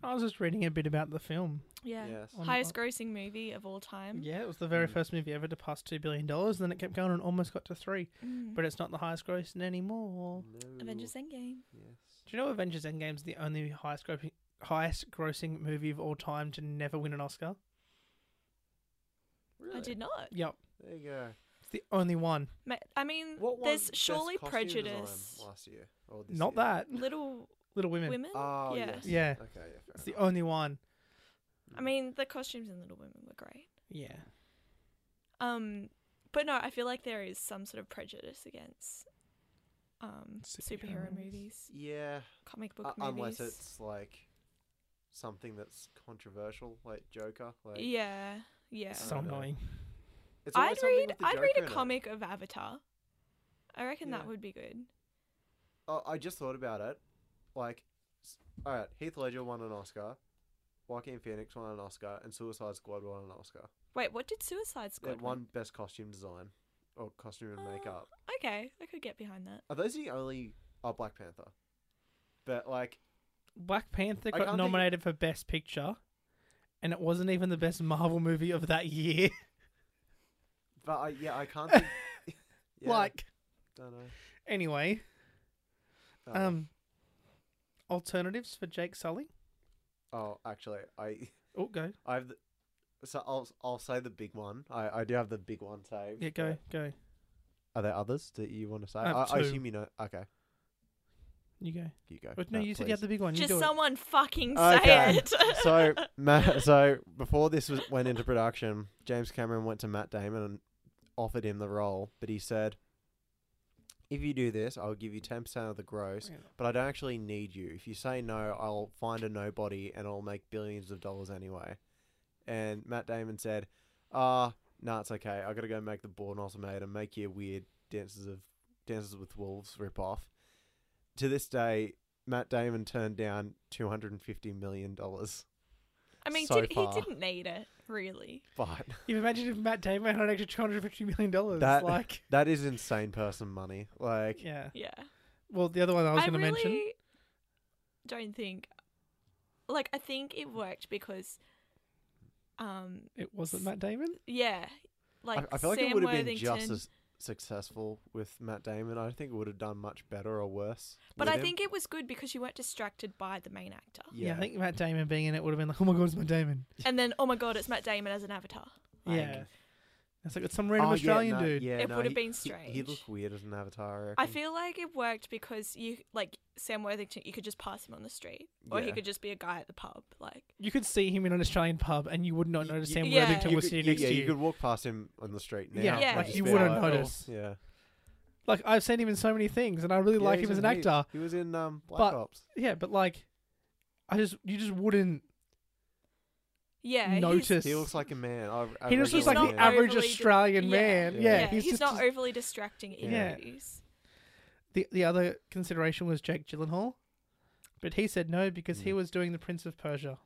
S2: I was just reading a bit about the film.
S3: Yeah.
S4: yes,
S2: On-
S3: Highest grossing movie of all time.
S2: Yeah, it was the very
S4: Mm.
S2: first movie ever to pass two billion dollars, and then it kept going and almost got to three.
S3: Mm.
S2: But it's not the highest grossing anymore.
S4: no,
S3: Avengers Endgame.
S4: Yes,
S2: Do you know Avengers Endgame's the only highest grossing highest grossing movie of all time to never win an Oscar?
S3: I did not.
S2: Yep.
S4: There you go.
S2: It's the only one.
S3: Ma- I mean,
S4: What won
S3: Mm, there's
S4: Best
S3: surely
S4: Costume Design
S3: prejudice.
S4: last year or this
S2: Not
S4: year?
S2: that.
S3: Little
S2: Little Women.
S3: Women.
S4: Oh
S3: Yeah.
S4: yes.
S2: Yeah.
S4: Okay. Yeah, fair
S2: It's the
S4: enough.
S2: only one.
S3: I mean, the costumes in Little Women were great.
S2: Yeah.
S3: Um, but no, I feel like there is some sort of prejudice against um
S2: Superhero
S3: superhero
S2: movies.
S3: movies,
S4: Yeah.
S3: comic book
S4: Uh,
S3: movies.
S4: unless it's like something that's controversial, like Joker. Like
S3: yeah, yeah.
S2: So
S4: I don't know.
S2: annoying.
S4: it's always
S3: I'd
S4: something
S3: read.
S4: with the
S3: I'd read
S4: Joker
S3: a
S4: in it.
S3: comic of Avatar. I reckon
S4: Yeah.
S3: that would be good.
S4: Oh, I just thought about it. Like, s- all right, Heath Ledger won an Oscar, Joaquin Phoenix won an Oscar, and Suicide Squad won an Oscar.
S3: Wait, what did Suicide
S4: They
S3: Squad? win?
S4: won Best Costume Design or Costume and
S3: Oh.
S4: Makeup.
S3: Okay, I could get behind that.
S4: Are those the only? Oh, Black Panther. But like,
S2: Black Panther
S4: I can't
S2: got
S4: think-
S2: nominated for Best Picture, and it wasn't even the best Marvel movie of that year.
S4: but I yeah, I
S3: [LAUGHS]
S4: can't. Think, [LAUGHS]
S2: [LAUGHS]
S4: yeah,
S2: Like,
S4: don't know.
S2: anyway,
S4: Oh, well.
S2: um, alternatives for Jake Sully.
S4: Oh, actually, I
S2: Oh, go,
S4: I have. The, so I'll I'll say the big one. I, I do have the big one saved.
S2: yeah, go, go.
S4: Are there others that you want to say?
S2: I have
S4: I, I
S2: two.
S4: assume you know. Okay,
S2: You go.
S4: you go.
S2: But no, you said you
S4: Uh, please.
S2: had the big one. You
S3: Just
S2: do
S3: someone fucking say
S4: Okay. [LAUGHS]
S3: it. [LAUGHS]
S2: [LAUGHS]
S4: so, Matt, so before this was, went into production, James Cameron went to Matt Damon and offered him the role, but he said, "If you do this, I'll give you ten percent of the gross,
S2: Yeah.
S4: but I don't actually need you. If you say no, I'll find a nobody and I'll make billions of dollars anyway." And Matt Damon said, "Ah, nah, it's okay. I gotta go make the Bourne Ultimatum, make your weird dances of dances with wolves rip off." To this day, Matt Damon turned down two hundred and fifty million dollars, [LAUGHS]
S3: I mean,
S4: So
S3: did, he
S4: far.
S3: didn't need it really.
S4: but
S2: You imagine if Matt Damon had an extra two hundred fifty million dollars.
S4: That-
S2: Like,
S4: [LAUGHS] that is insane person money. Like,
S2: yeah.
S3: Yeah,
S2: Well, the other one I was going to
S3: really
S2: mention.
S3: don't think. Like, I think it worked because, um,
S2: It wasn't Matt Damon.
S3: yeah, like
S4: I, I feel like
S3: Sam
S4: it would have been just
S3: Worthington-
S4: as successful with Matt Damon. I don't think it would have done much better or worse.
S3: But
S4: with
S3: I
S4: him.
S3: think it was good because you weren't distracted by the main actor.
S2: Yeah. I think Matt Damon being in it would have been like, oh my god, it's Matt Damon.
S3: And then, oh my god, it's Matt Damon as an avatar.
S4: Like-
S2: yeah. It's like it's some
S4: Oh,
S2: random
S4: yeah,
S2: Australian
S4: no,
S2: dude.
S4: Yeah,
S3: It
S4: no,
S3: would have
S4: he-
S3: been
S4: he- He,
S3: strange.
S4: looked weird as an avatar.
S3: I
S4: reckon.
S3: feel like it worked because you like Sam Worthington, you could just pass him on the street, or he
S4: Yeah.
S3: could just be a guy at the pub. Like,
S2: You could see him in an Australian pub and you would not
S4: Y-
S2: notice
S4: y-
S2: Sam
S3: yeah.
S2: Worthington
S3: You
S2: was
S4: could-
S2: sitting
S4: you-
S2: next
S4: yeah,
S2: to you.
S4: you could walk past him on the street now.
S2: Yeah,
S4: and
S3: Yeah, like,
S4: just be
S3: you wouldn't
S4: "Oh."
S2: notice.
S4: Yeah,
S2: Like I've seen him in so many things and I really
S4: Yeah,
S2: like
S4: he
S2: him as
S4: was
S2: an
S4: in-
S2: actor.
S4: He, was in um, Black
S2: But-
S4: Ops.
S2: Yeah, but like I just you just wouldn't
S3: yeah, he's-
S2: notice.
S4: He looks like a man. I, I
S2: he just
S4: reckon
S2: looks
S3: he's
S2: like
S4: a
S3: not
S2: the
S4: man.
S2: average
S3: overly di-
S2: Australian
S3: yeah.
S2: man. Yeah,
S4: Yeah.
S3: yeah, he's,
S2: he's, just
S3: not overly distracting in
S2: Yeah.
S3: movies.
S2: the the other consideration was Jake Gyllenhaal, but he said no because he
S4: Mm.
S2: was doing the Prince of Persia.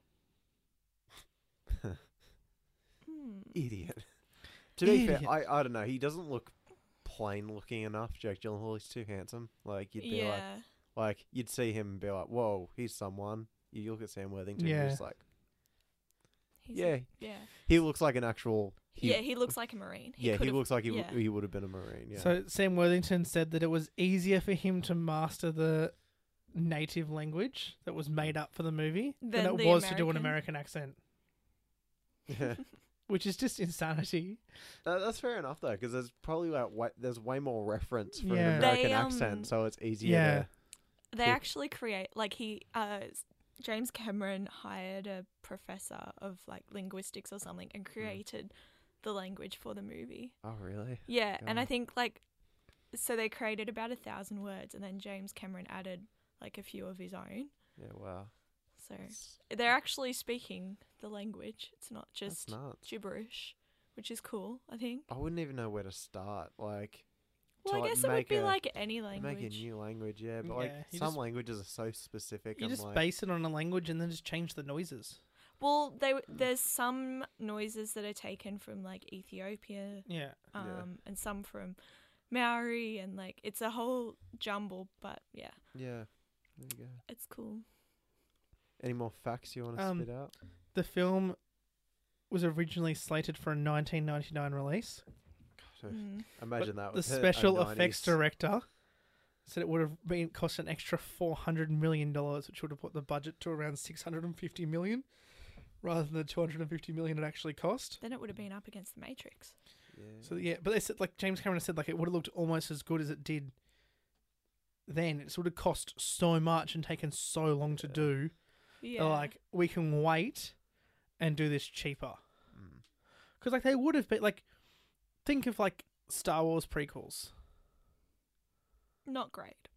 S3: Hmm.
S4: idiot. To be fair,
S2: Idiot.
S4: I, I don't know. He doesn't look plain looking enough. Jake Gyllenhaal is too handsome. Like you'd be
S3: Yeah,
S4: like, Like you'd see him and be like, "Whoa, he's someone." You look at Sam Worthington,
S2: Yeah.
S4: you're just like,
S3: he's
S4: "Yeah,
S3: a- yeah,
S4: he looks like an actual." He,
S3: yeah. He looks like a marine.
S4: yeah, he
S3: could've-
S4: looks like he w
S3: yeah.
S4: he would have been a marine. Yeah,
S2: So Sam Worthington said that it was easier for him to master the native language that was made up for the movie than,
S3: Than
S2: it
S3: the
S2: was to do an
S3: American?
S2: American accent,
S4: [LAUGHS] Yeah.
S2: which is just insanity.
S4: [LAUGHS] That- that's fair enough though, because there's probably like way, there's way more reference for
S2: Yeah.
S4: an American
S3: They, um,
S4: accent, so it's easier.
S2: yeah.
S4: to-
S3: [LAUGHS] They
S4: Yeah.
S3: actually create like he uh s- James Cameron hired a professor of like linguistics or something and
S4: Hmm.
S3: created the language for the movie.
S4: Oh really?
S3: Yeah, and I
S4: God.
S3: think like so they created about a thousand words and then James Cameron added like a few of his own.
S4: Yeah. Wow.
S3: So
S4: It's-
S3: they're actually speaking the language. It's not
S4: That's
S3: just
S4: nuts.
S3: gibberish, which is cool, I think.
S4: I wouldn't even know where to start. Like,
S3: Well,
S4: to,
S3: I
S4: like,
S3: guess it would
S4: make
S3: be
S4: a-
S3: like any
S4: make a
S3: language.
S4: new language. Yeah, but like
S2: Yeah, you
S4: some
S2: just-
S4: languages are so specific.
S2: You
S4: I'm
S2: just
S4: like,
S2: base it on a language and then just change the noises.
S3: well, they there's some noises that are taken from like Ethiopia
S2: Yeah,
S4: Yeah.
S3: um, and some from Maori, and like it's a whole jumble. But yeah,
S4: yeah. There you go.
S3: it's cool.
S4: Any more facts you want to
S2: Um,
S4: spit out?
S2: the film was originally slated for a 1999 release.
S4: So-
S3: Mm.
S2: But
S4: Imagine that
S2: the
S4: was a- a
S2: special effects
S4: 90s.
S2: director said it would have been cost an extra four hundred million dollars, which would have put the budget to around six hundred and fifty million, rather than the two hundred and fifty million it actually cost.
S3: Then it would have been up against the Matrix.
S4: Oh, Yeah.
S2: So yeah, but they said like James Cameron said like it would have looked almost as good as it did. Then it would have cost so much and taken so long to
S4: Yeah.
S2: do.
S3: Yeah,
S2: They're like, we can wait and do this cheaper.
S4: Mm.
S2: Because like they would have been like, think of like Star Wars prequels.
S3: not great.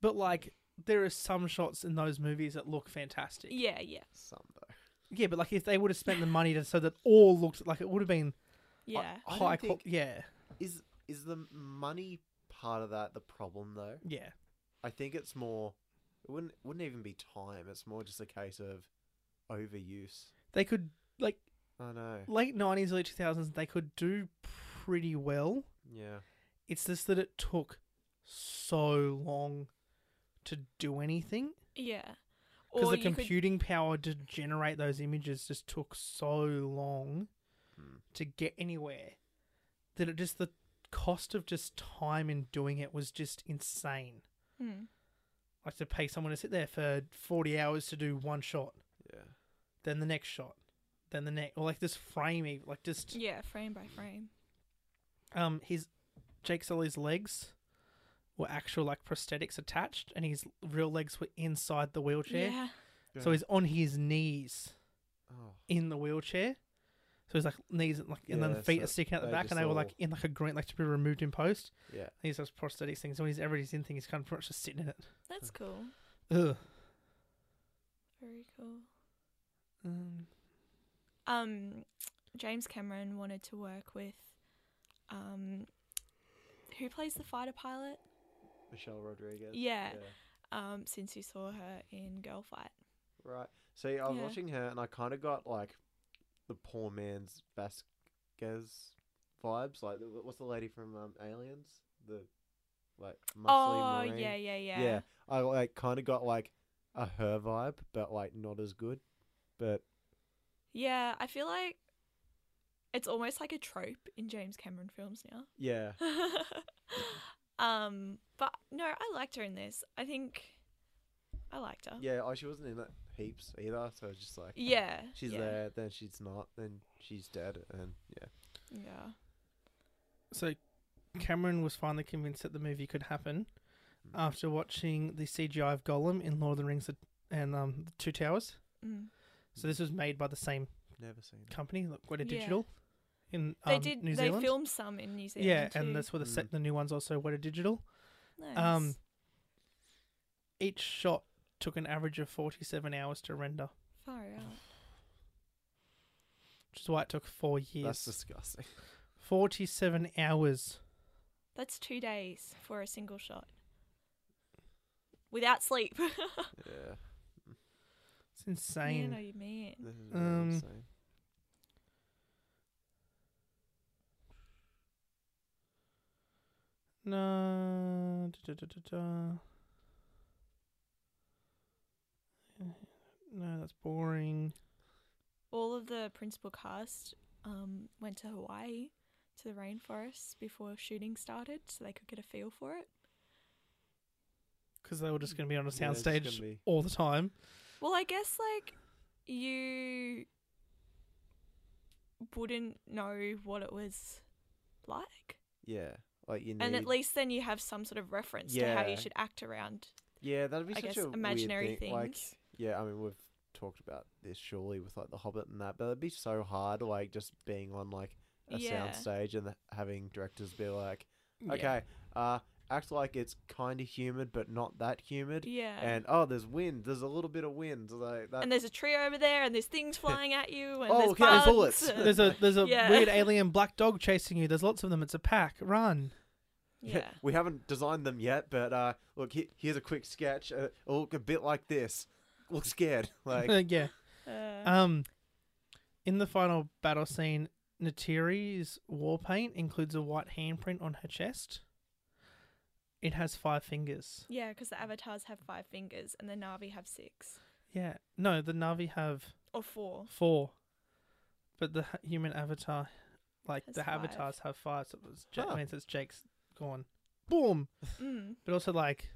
S2: But like there are some shots in those movies that look fantastic. Yeah,
S3: Yeah, yeah,
S4: Some though.
S2: but like if they would have spent the money to so that all looked like it would have been
S3: yeah.
S4: I
S2: high
S4: don't
S2: quality.
S4: think-
S2: Yeah,
S4: Is is the money part of that the problem though?
S2: yeah,
S4: I think it's more. It wouldn't wouldn't even be time. It's more just a case of overuse.
S2: they could like
S4: I know.
S2: late nineties, early two thousands. They could do pretty well.
S4: Yeah.
S2: It's just that it took so long to do anything
S3: yeah.
S2: because
S3: Or
S2: the
S3: you could-
S2: computing power to generate those images just took so long
S4: Mm.
S2: to get anywhere that it just the cost of just time in doing it was just insane.
S3: Hmm.
S2: like to pay someone to sit there for 40 hours to do one shot
S4: Yeah.
S2: then the next shot then the next or like this frame even like just
S3: yeah, frame by frame.
S2: um his jake sully's legs were actual like prosthetics attached and his real legs were inside the wheelchair
S3: Yeah,
S2: so
S4: Yeah.
S2: he's on his knees
S4: Oh.
S2: in the wheelchair So he's like knees and like and then
S4: Yeah,
S2: the feet
S4: so
S2: are sticking out the
S4: they
S2: back,
S4: just
S2: and they were like
S4: all-
S2: in like a green, like to be removed in post.
S4: Yeah.
S2: And he's those prosthetics things. So when he's ever he's in thing, he's kind of pretty much just sitting in it.
S3: That's cool.
S2: Ugh.
S3: Very cool.
S2: Um,
S3: Um, James Cameron wanted to work with, um, who plays the fighter pilot?
S4: Michelle Rodriguez.
S3: Yeah. Um, since you saw her in Girl Fight.
S4: Right. See, I was
S3: Yeah.
S4: watching her and I kind of got like the poor man's Vasquez vibes. Like, the- what's the lady from um, Aliens? The like muscly
S3: oh
S4: Marine.
S3: yeah, yeah, yeah,
S4: Yeah, I like kind of got like a her vibe, but like not as good. But
S3: Yeah, I feel like it's almost like a trope in James Cameron films now. [LAUGHS]
S4: yeah,
S3: um, but no, I liked her in this. I think I liked her.
S4: yeah. Oh, she wasn't in it heaps either. So it's just like
S3: Yeah.
S4: she's
S3: yeah,
S4: there, then she's not, then she's dead, and yeah.
S3: Yeah.
S2: so Cameron was finally convinced that the movie could happen
S4: Mm.
S2: after watching the CGI of Gollum in Lord of the Rings and um, the Two Towers.
S3: Mm.
S2: So this was made by the same
S4: Never seen it.
S2: company, like Weta
S3: Yeah.
S2: Digital, in um,
S3: They did.
S2: New
S3: they
S2: Zealand.
S3: filmed some in New Zealand.
S2: yeah,
S3: too.
S2: and that's where the set
S4: Mm.
S2: the new ones also Weta Digital.
S3: nice.
S2: um, Each shot took an average of forty-seven hours to render,
S3: Far out.
S2: which is why it took four years.
S3: [LAUGHS]
S4: That's disgusting.
S2: Forty-seven hours.
S3: That's two days for a single shot. Without sleep. [LAUGHS]
S4: yeah.
S2: It's insane.
S3: You know you mean.
S4: This is really
S2: Um,
S4: insane.
S2: No. Da, da, da, da, da. No, that's boring.
S3: All of the principal cast um, went to Hawaii to the rainforest before shooting started so they could get a feel for it.
S2: Because they were just going to be on a
S4: Yeah, it's just
S2: soundstage
S4: gonna be-
S2: all the time.
S3: Well, I guess like you wouldn't know what it was like.
S4: Yeah, like you need.
S3: And at least then you have some sort of reference to how
S4: Mm. Yeah.
S3: you should act around,
S4: yeah, that'd be
S3: I
S4: such
S3: guess,
S4: a weird
S3: imaginary
S4: thing.
S3: things.
S4: Like, yeah, I mean we've talked about this surely with like the Hobbit and that, but it'd be so hard like just being on like a
S3: Yeah.
S4: soundstage and having directors be like,
S2: Yeah.
S4: okay, uh, act like it's kind of humid but not that humid,
S3: yeah.
S4: and oh, there's wind, there's a little bit of wind, like that.
S3: and
S4: [LAUGHS]
S3: there's a tree over there, and there's things flying at you, and
S4: Oh,
S3: there's
S4: look
S3: bugs.
S4: out, there's bullets.
S3: and-
S2: There's a there's a
S3: Yeah.
S2: weird alien black dog chasing you. There's lots of them. It's a pack. Run.
S3: [LAUGHS] yeah,
S4: [LAUGHS] we haven't designed them yet, but uh, look, he- here's a quick sketch. Uh, it'll look a bit like this. Look scared, [LAUGHS]
S2: [LAUGHS]
S4: like
S2: yeah.
S3: uh,
S2: Um, in the final battle scene, Natiri's war paint includes a white handprint on her chest. It has five fingers.
S3: yeah, because the avatars have five fingers, and the Navi have six
S2: Yeah. No, the Navi have
S3: or four.
S2: four, but the ha- human avatar, like
S3: Has
S2: the
S3: five.
S2: avatars, have five. So it's Jake,
S4: Huh.
S2: means it's Jake's gone. Boom.
S3: Mm.
S2: But also like,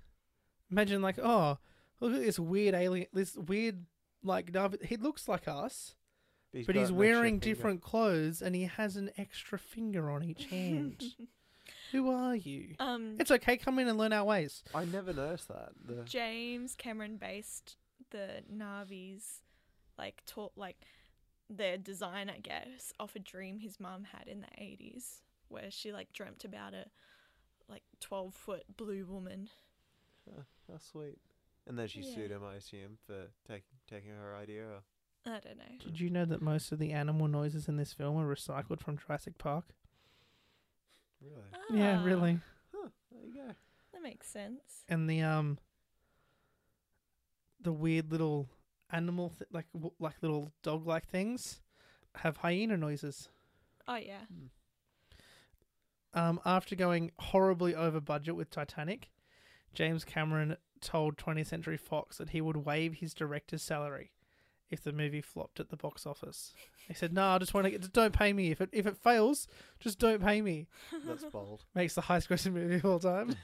S2: imagine like, oh, look at this weird alien. This weird like Navi. He looks like us. but
S4: got
S2: he's
S4: an extra
S2: wearing
S4: finger.
S2: different clothes and he has an extra finger on [LAUGHS] each hand. Who are you?
S3: Um,
S2: It's okay, come in and learn our ways.
S4: I never noticed that. The-
S3: James Cameron based the Navi's like taught like their design, I guess, off a dream his mum had in the eighties, where she like dreamt about a like twelve foot blue woman.
S4: How sweet. And then she
S3: Yeah.
S4: sued him, I assume, for taking taking her idea. or-
S3: I don't know.
S2: Did you know that most of the animal noises in this film are recycled from Jurassic Park?
S4: Really?
S2: Yeah,
S3: Ah,
S2: really.
S4: Huh. There
S3: [LAUGHS]
S4: you go.
S3: That makes sense.
S2: And the um the weird little animal th- like w- like little dog like things have hyena noises.
S3: Oh yeah.
S2: Um, after going horribly over budget with Titanic, James Cameron told 20th Century Fox that he would waive his director's salary if the movie flopped at the box office. He said, "No, I just want to get. Don't pay me if it if it fails. Just don't pay me."
S4: That's bold.
S2: Makes the highest grossing movie of all time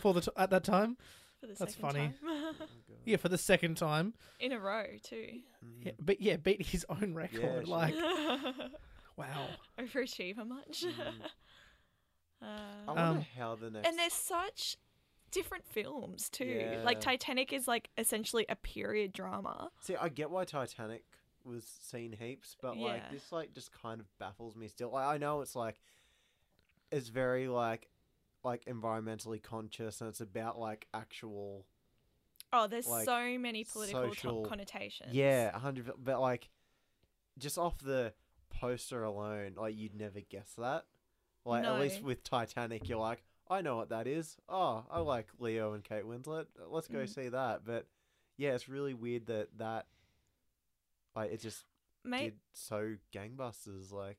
S2: for the t- at that time.
S3: For the
S2: That's
S3: second
S2: funny.
S3: time. [LAUGHS]
S4: Oh, God.
S2: Yeah, for the second time.
S3: in a row too.
S4: Mm.
S2: Yeah, but yeah, beat his own record.
S4: sure.
S2: like
S3: [LAUGHS]
S2: wow.
S3: Overachiever much.
S4: Mm.
S3: [LAUGHS]
S4: I
S3: Uh,
S4: wonder
S2: Um,
S4: how the next.
S3: and there's such different films too.
S4: Yeah.
S3: Like Titanic is like essentially a period drama.
S4: See, I get why Titanic was seen heaps, but like
S3: Yeah.
S4: this like just kind of baffles me still. Like, I know it's like it's very like like environmentally conscious and it's about like actual
S3: Oh, there's
S4: like,
S3: so many political to-
S4: social-
S3: connotations.
S4: yeah, a hundred per- but like just off the poster alone, like you'd never guess that. Like at least
S3: No.
S4: with Titanic you're like, I know what that is. Oh, I like Leo and Kate Winslet. Let's go
S3: Mm.
S4: see that. But yeah, it's really weird that that like it just
S3: Mate,
S4: did so gangbusters. Like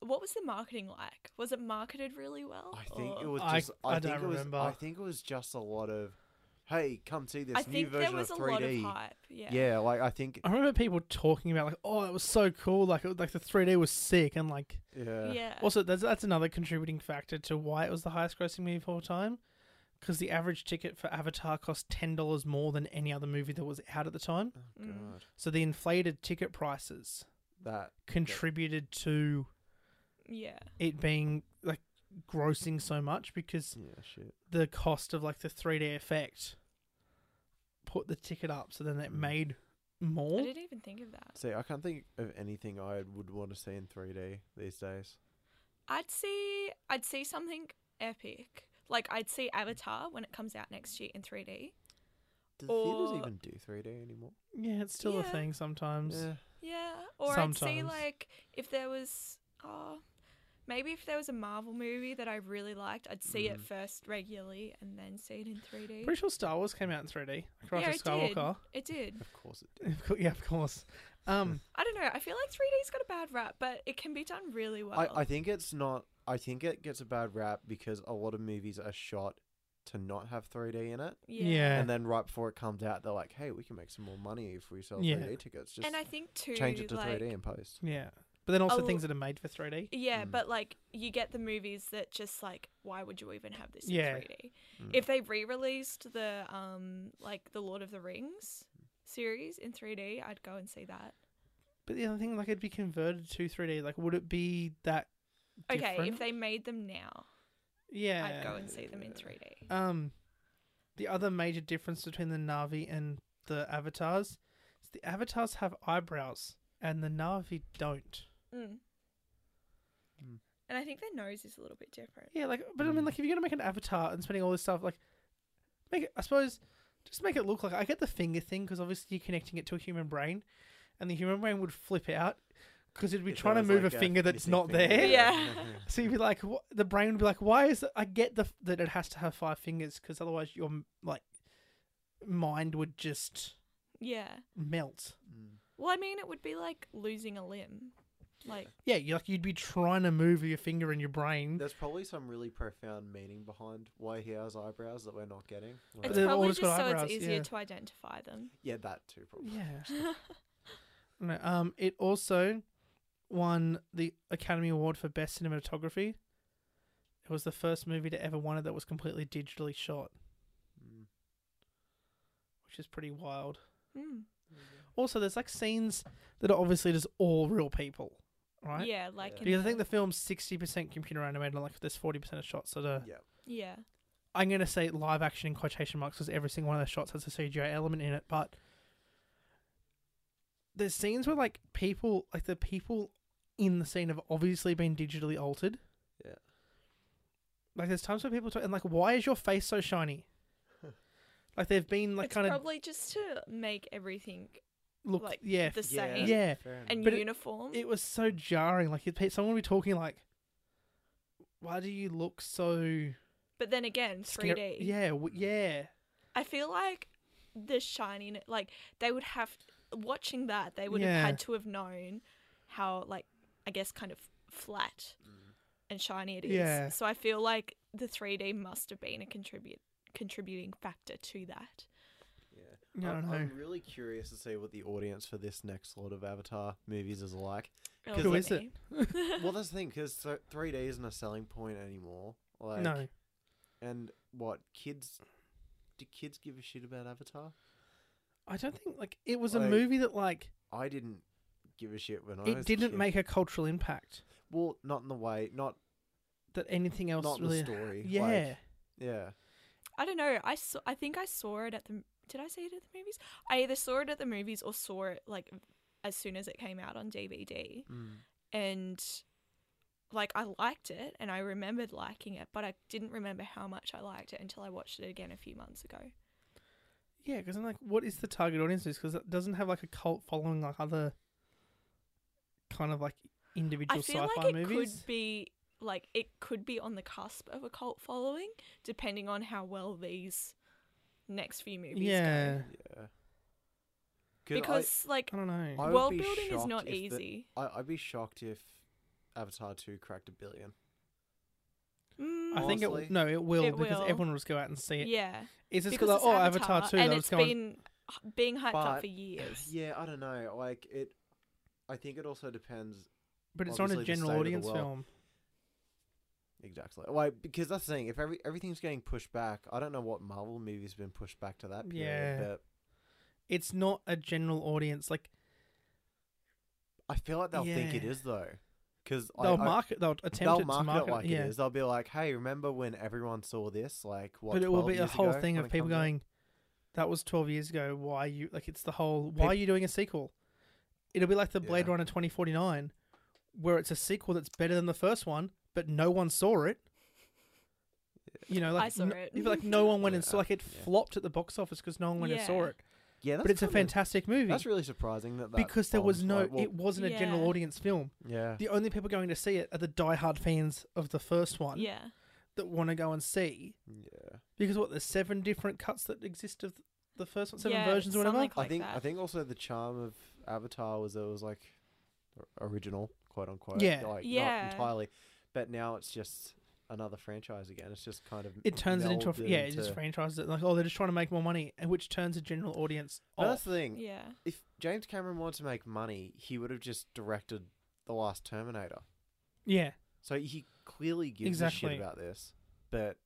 S3: what was the marketing like? Was it marketed really well?
S4: I think it
S3: or-
S4: was
S2: I-
S4: just. I,
S2: I
S4: think
S2: don't
S4: it was.
S2: remember.
S4: I think it was just a lot of, hey, come see this
S3: I
S4: new
S3: think there
S4: version
S3: was a
S4: of
S3: lot of
S4: 3D.
S3: hype. Yeah.
S4: yeah, like I think.
S2: I remember people talking about like, oh, it was so cool. Like, it, like the 3D was sick, and like
S4: Yeah.
S3: Yeah.
S2: also that's that's another contributing factor to why it was the highest grossing movie of all time, because the average ticket for Avatar cost ten dollars more than any other movie that was out at the time.
S4: Oh, God,
S3: Mm.
S2: So the inflated ticket prices
S4: that
S2: contributed to
S3: yeah.
S2: it being like grossing so much because
S4: yeah shit.
S2: the cost of like the 3D effect put the ticket up. So then it made
S3: I
S2: more.
S3: didn't even think of that.
S4: See, I can't think of anything I would want to see in 3D these days.
S3: I'd see I'd see something epic. Like I'd see Avatar when it comes out next year in 3D.
S4: Do the
S3: Or-
S4: theaters even do 3D anymore?
S2: Yeah, it's still a
S3: Yeah.
S2: thing sometimes.
S4: Yeah.
S3: Yeah. Or I'd see
S2: Sometimes.
S3: like if there was oh maybe if there was a Marvel movie that I really liked, I'd see it
S4: Mm.
S3: first regularly and then see it in 3D.
S2: Pretty sure Star Wars came out in 3D. Rise
S3: yeah,
S2: of
S3: it
S2: Skywalker.
S3: did. It did.
S4: Of course it
S2: [LAUGHS] Of cour- yeah, of course. Um,
S3: I don't know. I feel like 3D's got a bad rap, but it can be done really well.
S4: I, I think it's not. I think it gets a bad rap because a lot of movies are shot to not have 3D in it.
S2: yeah.
S4: And then right before it comes out, they're like, "Hey, we can make some more money if we sell
S2: Yeah.
S4: 3D tickets. Just
S3: and I think too
S4: change it to
S3: like,
S4: 3D and post."
S2: yeah. But then also
S3: Oh.
S2: things that are made for 3D.
S3: Yeah,
S4: Mm.
S3: but like you get the movies that just like why would you even have this in
S2: Yeah.
S3: 3D?
S4: Mm.
S3: If they re-released the um like the Lord of the Rings series in 3D, I'd go and see that.
S2: But the other thing, like, it'd be converted to 3D. Like, would it be that?
S3: Okay, if
S2: different?
S3: they made them now,
S2: yeah,
S3: I'd go and see them in 3D.
S2: Um, the other major difference between the Navi and the avatars is the avatars have eyebrows and the Navi don't.
S3: Mm.
S4: Mm.
S3: And I think their nose is a little bit different.
S2: Yeah, like, but I mean,
S3: Hmm.
S4: Mm.
S2: like, if you're gonna make an avatar and spending all this stuff, like, make it. I suppose just make it look like. I get the finger thing because obviously you're connecting it to a human brain, and the human brain would flip out because it'd be
S4: If there
S2: trying to
S4: was,
S2: move
S4: like,
S2: a finger that's
S4: missing
S2: not
S4: finger,
S2: there.
S3: Yeah.
S2: So you'd be like, wha- the brain would be like, why is it? I get the f- that it has to have five fingers because otherwise your m- like mind would just
S3: Yeah.
S2: melt.
S4: Mm.
S3: Well, I mean, it would be like losing a limb. Like,
S2: Yeah, you like you'd be trying to move your finger in your brain,
S4: [LAUGHS] There's probably some really profound meaning behind why he has eyebrows that we're not getting. Like,
S3: it's
S2: they've all
S3: probably
S2: just
S3: just,
S2: got
S3: so
S2: eyebrows,
S3: it's easier
S2: yeah.
S3: to identify them. [LAUGHS]
S4: yeah, that too, probably.
S2: Yeah. No, um, it also won the Academy Award for Best Cinematography. It was the first movie to ever win it that was completely digitally shot,
S4: Mm.
S2: which is pretty wild.
S3: Mm.
S2: Also, there's like scenes that are obviously just all real people, right?
S3: Yeah, like.
S4: Yeah.
S3: in
S2: Because I think the film's sixty percent computer animated, and like there's forty percent of shots that are.
S4: Yeah.
S3: Yeah.
S2: I'm gonna say live action in quotation marks because every single one of those shots has a CGI element in it, but there's scenes where like people, like the people in the scene have obviously been digitally altered.
S4: Yeah.
S2: Like there's times where people talk and like, why is your face so
S4: [LAUGHS]
S2: shiny? like they've been like
S3: it's
S2: kind of
S3: probably just to make everything
S2: look,
S3: like,
S2: yeah,
S3: the same
S2: Yeah.
S4: fair enough.
S3: and
S2: But it-
S3: uniform.
S2: it was so jarring. Like it, someone would be talking like, why do you look so
S3: but then again,
S2: scar-
S3: 3D.
S2: Yeah, w- yeah.
S3: I feel like the shining, like they would have watching that, they would
S2: Yeah.
S3: have had to have known how, like, I guess, kind of flat and shiny it is.
S2: Yeah.
S3: So I feel like the 3D must have been a contribute contributing factor to that.
S4: Yeah.
S2: No,
S4: I'm,
S2: no.
S4: I'm really curious to see what the audience for this next lot of Avatar movies is
S3: [LAUGHS]
S4: like.
S3: It'll
S4: 'Cause
S2: Who
S3: be
S2: is it?
S3: me.
S4: well, that's the thing, because 3D isn't a selling point anymore. Like,
S2: no.
S4: And what kids? Do kids give a shit about Avatar?
S2: I don't think like it was a
S4: Like,
S2: movie that like
S4: I didn't give a shit when I was.
S2: it
S4: a
S2: didn't
S4: kid.
S2: make a cultural impact
S4: well, not in the way, not
S2: that anything else
S4: not in
S2: really.
S4: the story. like,
S2: yeah,
S4: yeah.
S3: I don't know. I saw. I think I saw it at the. Did I see it at the movies? I either saw it at the movies or saw it like as soon as it came out on DVD
S4: Mm.
S3: and like I liked it and I remembered liking it, but I didn't remember how much I liked it until I watched it again a few months ago.
S2: Yeah, because I'm like, what is the target audience? Because it doesn't have like a cult following like other kind of like individual
S3: I feel
S2: sci-fi
S3: like it
S2: movies.
S3: could be like it could be on the cusp of a cult following, depending on how well these next few movies
S2: yeah,
S3: go.
S4: Yeah. 'Cause I-
S3: Because like
S2: I don't know.
S4: I would
S3: world
S4: be
S3: building is
S4: shocked
S3: not
S4: if the-
S3: easy.
S4: I, I'd be shocked if Avatar 2 cracked a billion.
S3: Mm,
S2: I think it w-
S4: Honestly.
S2: no, it will
S3: It
S2: because
S3: will.
S2: everyone will just go out and see it.
S3: yeah,
S2: It's just
S3: because
S2: because like,
S3: it's
S2: oh, Avatar, too.
S3: and
S2: that was
S3: it's
S2: going.
S3: been h- being hyped
S4: But-
S3: up for years.
S4: [SIGHS] Yeah, I don't know. Like it, I think it also depends
S2: but it's not a
S4: obviously the
S2: general
S4: state of the
S2: audience
S4: world.
S2: film.
S4: exactly why because that's the thing. If every everything's getting pushed back, I don't know what Marvel movie's been pushed back to that period.
S2: Yeah.
S4: But
S2: It's not a general audience. Like
S4: I feel like they'll think it
S2: Yeah.
S4: is though, because
S2: they'll market, they'll attempt
S4: they'll
S2: it to
S4: market,
S2: market.
S4: it like
S2: yeah,
S4: it is. They'll be like, "Hey, remember when everyone saw this?" Like, what,
S2: but it will
S4: 12
S2: be a
S4: years
S2: whole
S4: ago
S2: thing
S4: when
S2: of
S4: it
S2: people
S4: comes out?"
S2: going, "That was twelve years ago. Why you like?" It's the whole why
S4: Peop-
S2: are you doing a sequel? It'll be like the Blade
S4: Yeah.
S2: Runner twenty forty nine, where it's a sequel that's better than the first one, but no one saw it. You know, like
S3: I saw
S2: n-
S3: it.
S2: you'd be like no one went and saw
S4: Yeah,
S2: like it
S4: yeah.
S2: flopped at the box office because no one went and saw
S3: Yeah.
S2: it.
S4: "Yeah, that's
S2: but it's a
S4: kind of-
S2: fantastic movie
S4: That's really surprising that, that
S2: because there was
S4: bombed.
S2: no,
S4: Like, well,
S2: it wasn't a general
S3: Yeah.
S2: audience film.
S4: yeah,
S2: The only people going to see it are the diehard fans of the first one
S3: yeah.
S2: that want to go and see. [LAUGHS]
S4: yeah.
S2: Because what there's seven different cuts that exist of the first one, seven
S3: Yeah,
S2: versions or whatever.
S3: something like
S4: I think I
S3: that.
S4: think also the charm of Avatar was that it was like o- original, quote unquote.
S2: Yeah.
S4: like,
S3: Yeah.
S4: Not entirely, but now it's just another franchise again. It's just kind of
S2: it turns it into a fr-
S4: melded
S2: yeah, it just
S4: into-
S2: franchises it like oh they're just trying to make more money, and which turns a general audience
S4: But that's
S2: off.
S4: the thing.
S3: Yeah.
S4: If James Cameron wanted to make money, he would have just directed the last Terminator.
S2: Yeah,
S4: So he clearly gives a
S2: Exactly.
S4: shit about this, but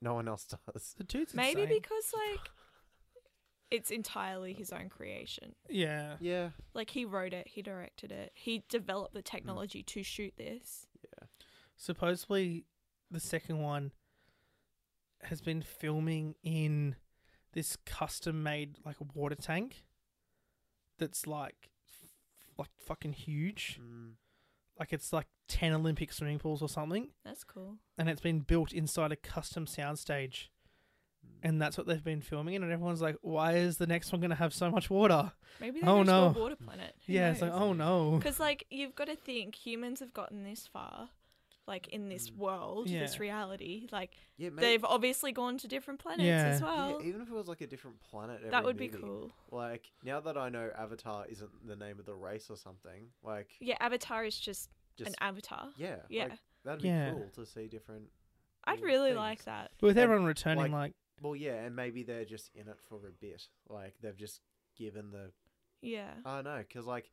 S4: no one else [LAUGHS] does.
S2: the dude's
S3: Maybe
S2: insane.
S3: because like it's entirely his own creation.
S2: yeah,
S4: Yeah,
S3: Like he wrote it, he directed it, he developed
S2: Mm.
S3: the technology to shoot this.
S2: supposedly the second one has been filming in this custom made like water tank that's like f- like fucking huge
S4: Mm.
S2: like it's like 10 olympic swimming pools or something
S3: That's cool.
S2: and it's been built inside a custom soundstage
S4: Hmm.
S2: and that's what they've been filming in and everyone's like why is the next one going to have so much
S4: [LAUGHS]
S2: water
S3: Maybe they
S2: Oh,
S3: go
S2: no.
S3: to a water planet.
S2: yeah it's like oh no
S3: Because like you've got to think humans have gotten this far, like in this world,
S2: Mm. Yeah.
S3: this reality. Like
S4: yeah. Maybe,
S3: they've obviously gone to different planets as
S2: Yeah.
S4: yeah,
S3: well.
S4: even if it was like a different planet, every
S3: that would be
S4: movie,
S3: cool.
S4: Like now that I know Avatar isn't the name of the race or something, like
S3: Yeah, Avatar is just,
S4: just
S3: an avatar.
S4: yeah,
S3: yeah.
S4: like, that'd be
S2: Yeah.
S4: cool to see different.
S3: I'd
S4: cool
S3: really
S4: things.
S3: like that.
S2: but with
S4: and,
S2: everyone returning like,
S4: like- Well, yeah, and maybe they're just in it for a bit. Like they've just given the
S3: Yeah.
S2: Uh,
S3: [LAUGHS]
S4: I don't know because like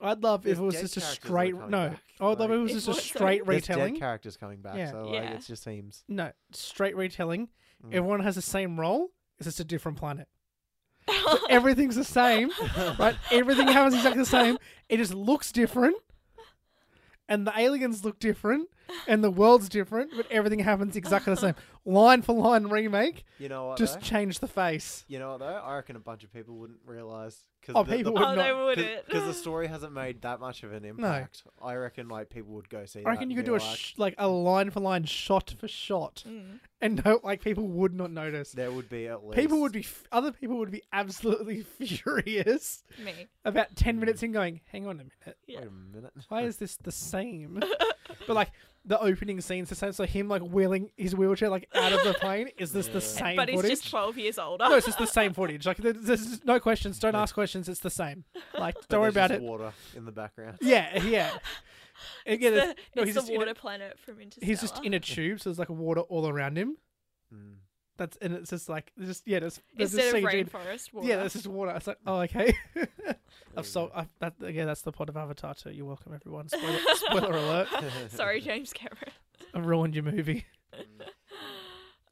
S2: i'd love if
S4: There's
S2: it was
S4: dead
S2: just a
S4: characters that are
S2: straight
S4: coming
S2: no
S4: back,
S2: i'd love if it
S4: like-
S2: was
S3: If
S2: just a
S3: what, sorry?
S2: straight
S4: there's
S2: retelling
S4: dead characters coming back,
S2: Yeah.
S4: so like
S3: Yeah.
S4: it just seems
S2: No, straight retelling.
S4: Mm.
S2: Everyone has the same role. It's just a different planet. [LAUGHS] Everything's the same, right? Everything happens exactly the same. It just looks different, and the aliens look different, and the world's different, but everything happens exactly the same. Line for line remake.
S4: you know what
S2: Just
S4: though?
S2: change the face.
S4: you know what though I reckon a bunch of people wouldn't realize because
S2: Oh, people would
S3: oh, they
S2: not-
S3: wouldn't.
S4: because
S3: [LAUGHS]
S4: the story hasn't made that much of an impact. I reckon like people would go see.
S2: I reckon
S4: that
S2: you
S4: and
S2: could
S4: be
S2: do a
S4: like,
S2: sh- like a line for line, shot for shot,
S3: Mm.
S2: and no, like people would not notice.
S4: there would be at least
S2: People would be f- other people would be absolutely [LAUGHS] furious
S3: Me.
S2: about ten minutes in going. Hang on a minute.
S3: Yeah.
S4: Wait a minute.
S2: why
S4: [LAUGHS]
S2: is this the same? but like the opening scene's the same. So him like wheeling his wheelchair like out
S4: [LAUGHS]
S2: of the plane is this the same
S3: But he's
S2: footage?
S3: just 12 years older.
S2: no, it's
S3: [LAUGHS]
S2: just the same footage. Like there's, there's just no questions. Don't ask questions. It's the
S4: [LAUGHS]
S2: same. Like
S4: But
S2: don't worry
S4: there's
S2: about
S4: just
S2: it.
S4: Water in the
S2: [LAUGHS]
S4: background.
S2: Yeah, yeah. And Again,
S3: the,
S2: no,
S3: [LAUGHS] it's
S2: he's
S3: the
S2: just in a-
S3: water planet from Interstellar.
S2: he's just in a tube, so there's like water all around him.
S4: [LAUGHS] Mm.
S2: That's and it's just like there's just yeah, there's, there's
S3: instead of
S2: just CG.
S3: rainforest
S2: [LAUGHS]
S3: water.
S2: Yeah, there's just water. It's like oh okay. [LAUGHS]
S4: There
S2: I've
S4: you
S2: sold. I've, that, yeah, that's the pod of Avatar too. You're welcome, everyone. Spoiler, spoiler
S3: [LAUGHS]
S2: alert.
S4: go.
S3: [LAUGHS] Sorry, James Cameron.
S2: I ruined your movie. [LAUGHS]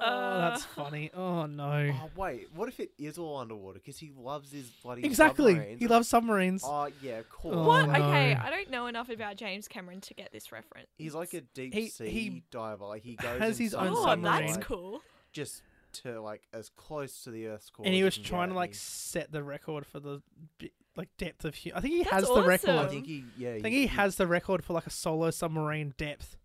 S2: Oh, that's
S3: Uh,
S2: funny. Oh no.
S4: Oh wait, what if it is all underwater? Because he loves his bloody
S2: exactly.
S4: submarines.
S2: He loves submarines.
S4: Oh yeah, of course.
S2: Oh,
S3: What?
S2: no.
S3: Okay, I don't know enough about James Cameron to get this reference.
S4: He's like a deep
S2: He-
S4: sea
S2: he
S4: diver. Like he goes
S2: has his
S4: inside
S2: own
S4: the
S3: Oh,
S2: submarine.
S3: that's
S4: like,
S3: cool.
S4: Just to like as close to the Earth's core.
S2: and
S4: as
S2: he
S4: you
S2: was
S4: can
S2: trying
S4: get,
S2: to like
S4: and
S2: set the record for the bi- like depth of hu- I think he
S3: That's
S2: has the record.
S4: I
S3: awesome.
S4: think he, yeah,
S2: I Um, think he has the record for like a solo submarine depth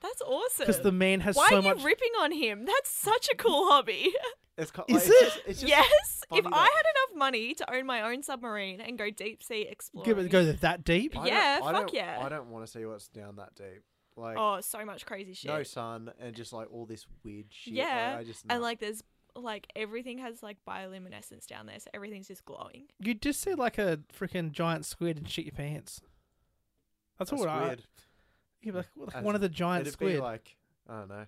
S3: That's awesome.
S2: because the man has
S3: Uh, Why
S2: so
S3: are you
S2: much.
S3: ripping on him? That's such a cool hobby.
S4: It's, co-
S2: Is
S4: like, it's
S2: it?
S4: just- it's
S3: [LAUGHS]
S4: just
S3: yes.
S4: funny
S3: If
S4: that-
S3: I had enough money to own my own submarine and go deep sea exploring,
S2: Give it go that deep.
S4: I don't-
S3: Yeah, fuck
S4: I don't-
S3: yeah.
S4: I don't want to see what's down that deep. Like
S3: oh, so much crazy shit.
S4: no sun and just like all this weird shit.
S3: Yeah,
S4: like, I just
S3: and
S4: nah.
S3: like there's like everything has like bioluminescence down there, so everything's just glowing.
S2: You'd just see like a freaking giant squid and shit your pants. That's,
S4: That's
S2: all I.
S4: weird.
S2: Yeah, but like, like
S4: As
S2: one of the
S4: It'd
S2: giant
S4: be
S2: squid, like...
S4: like I don't know.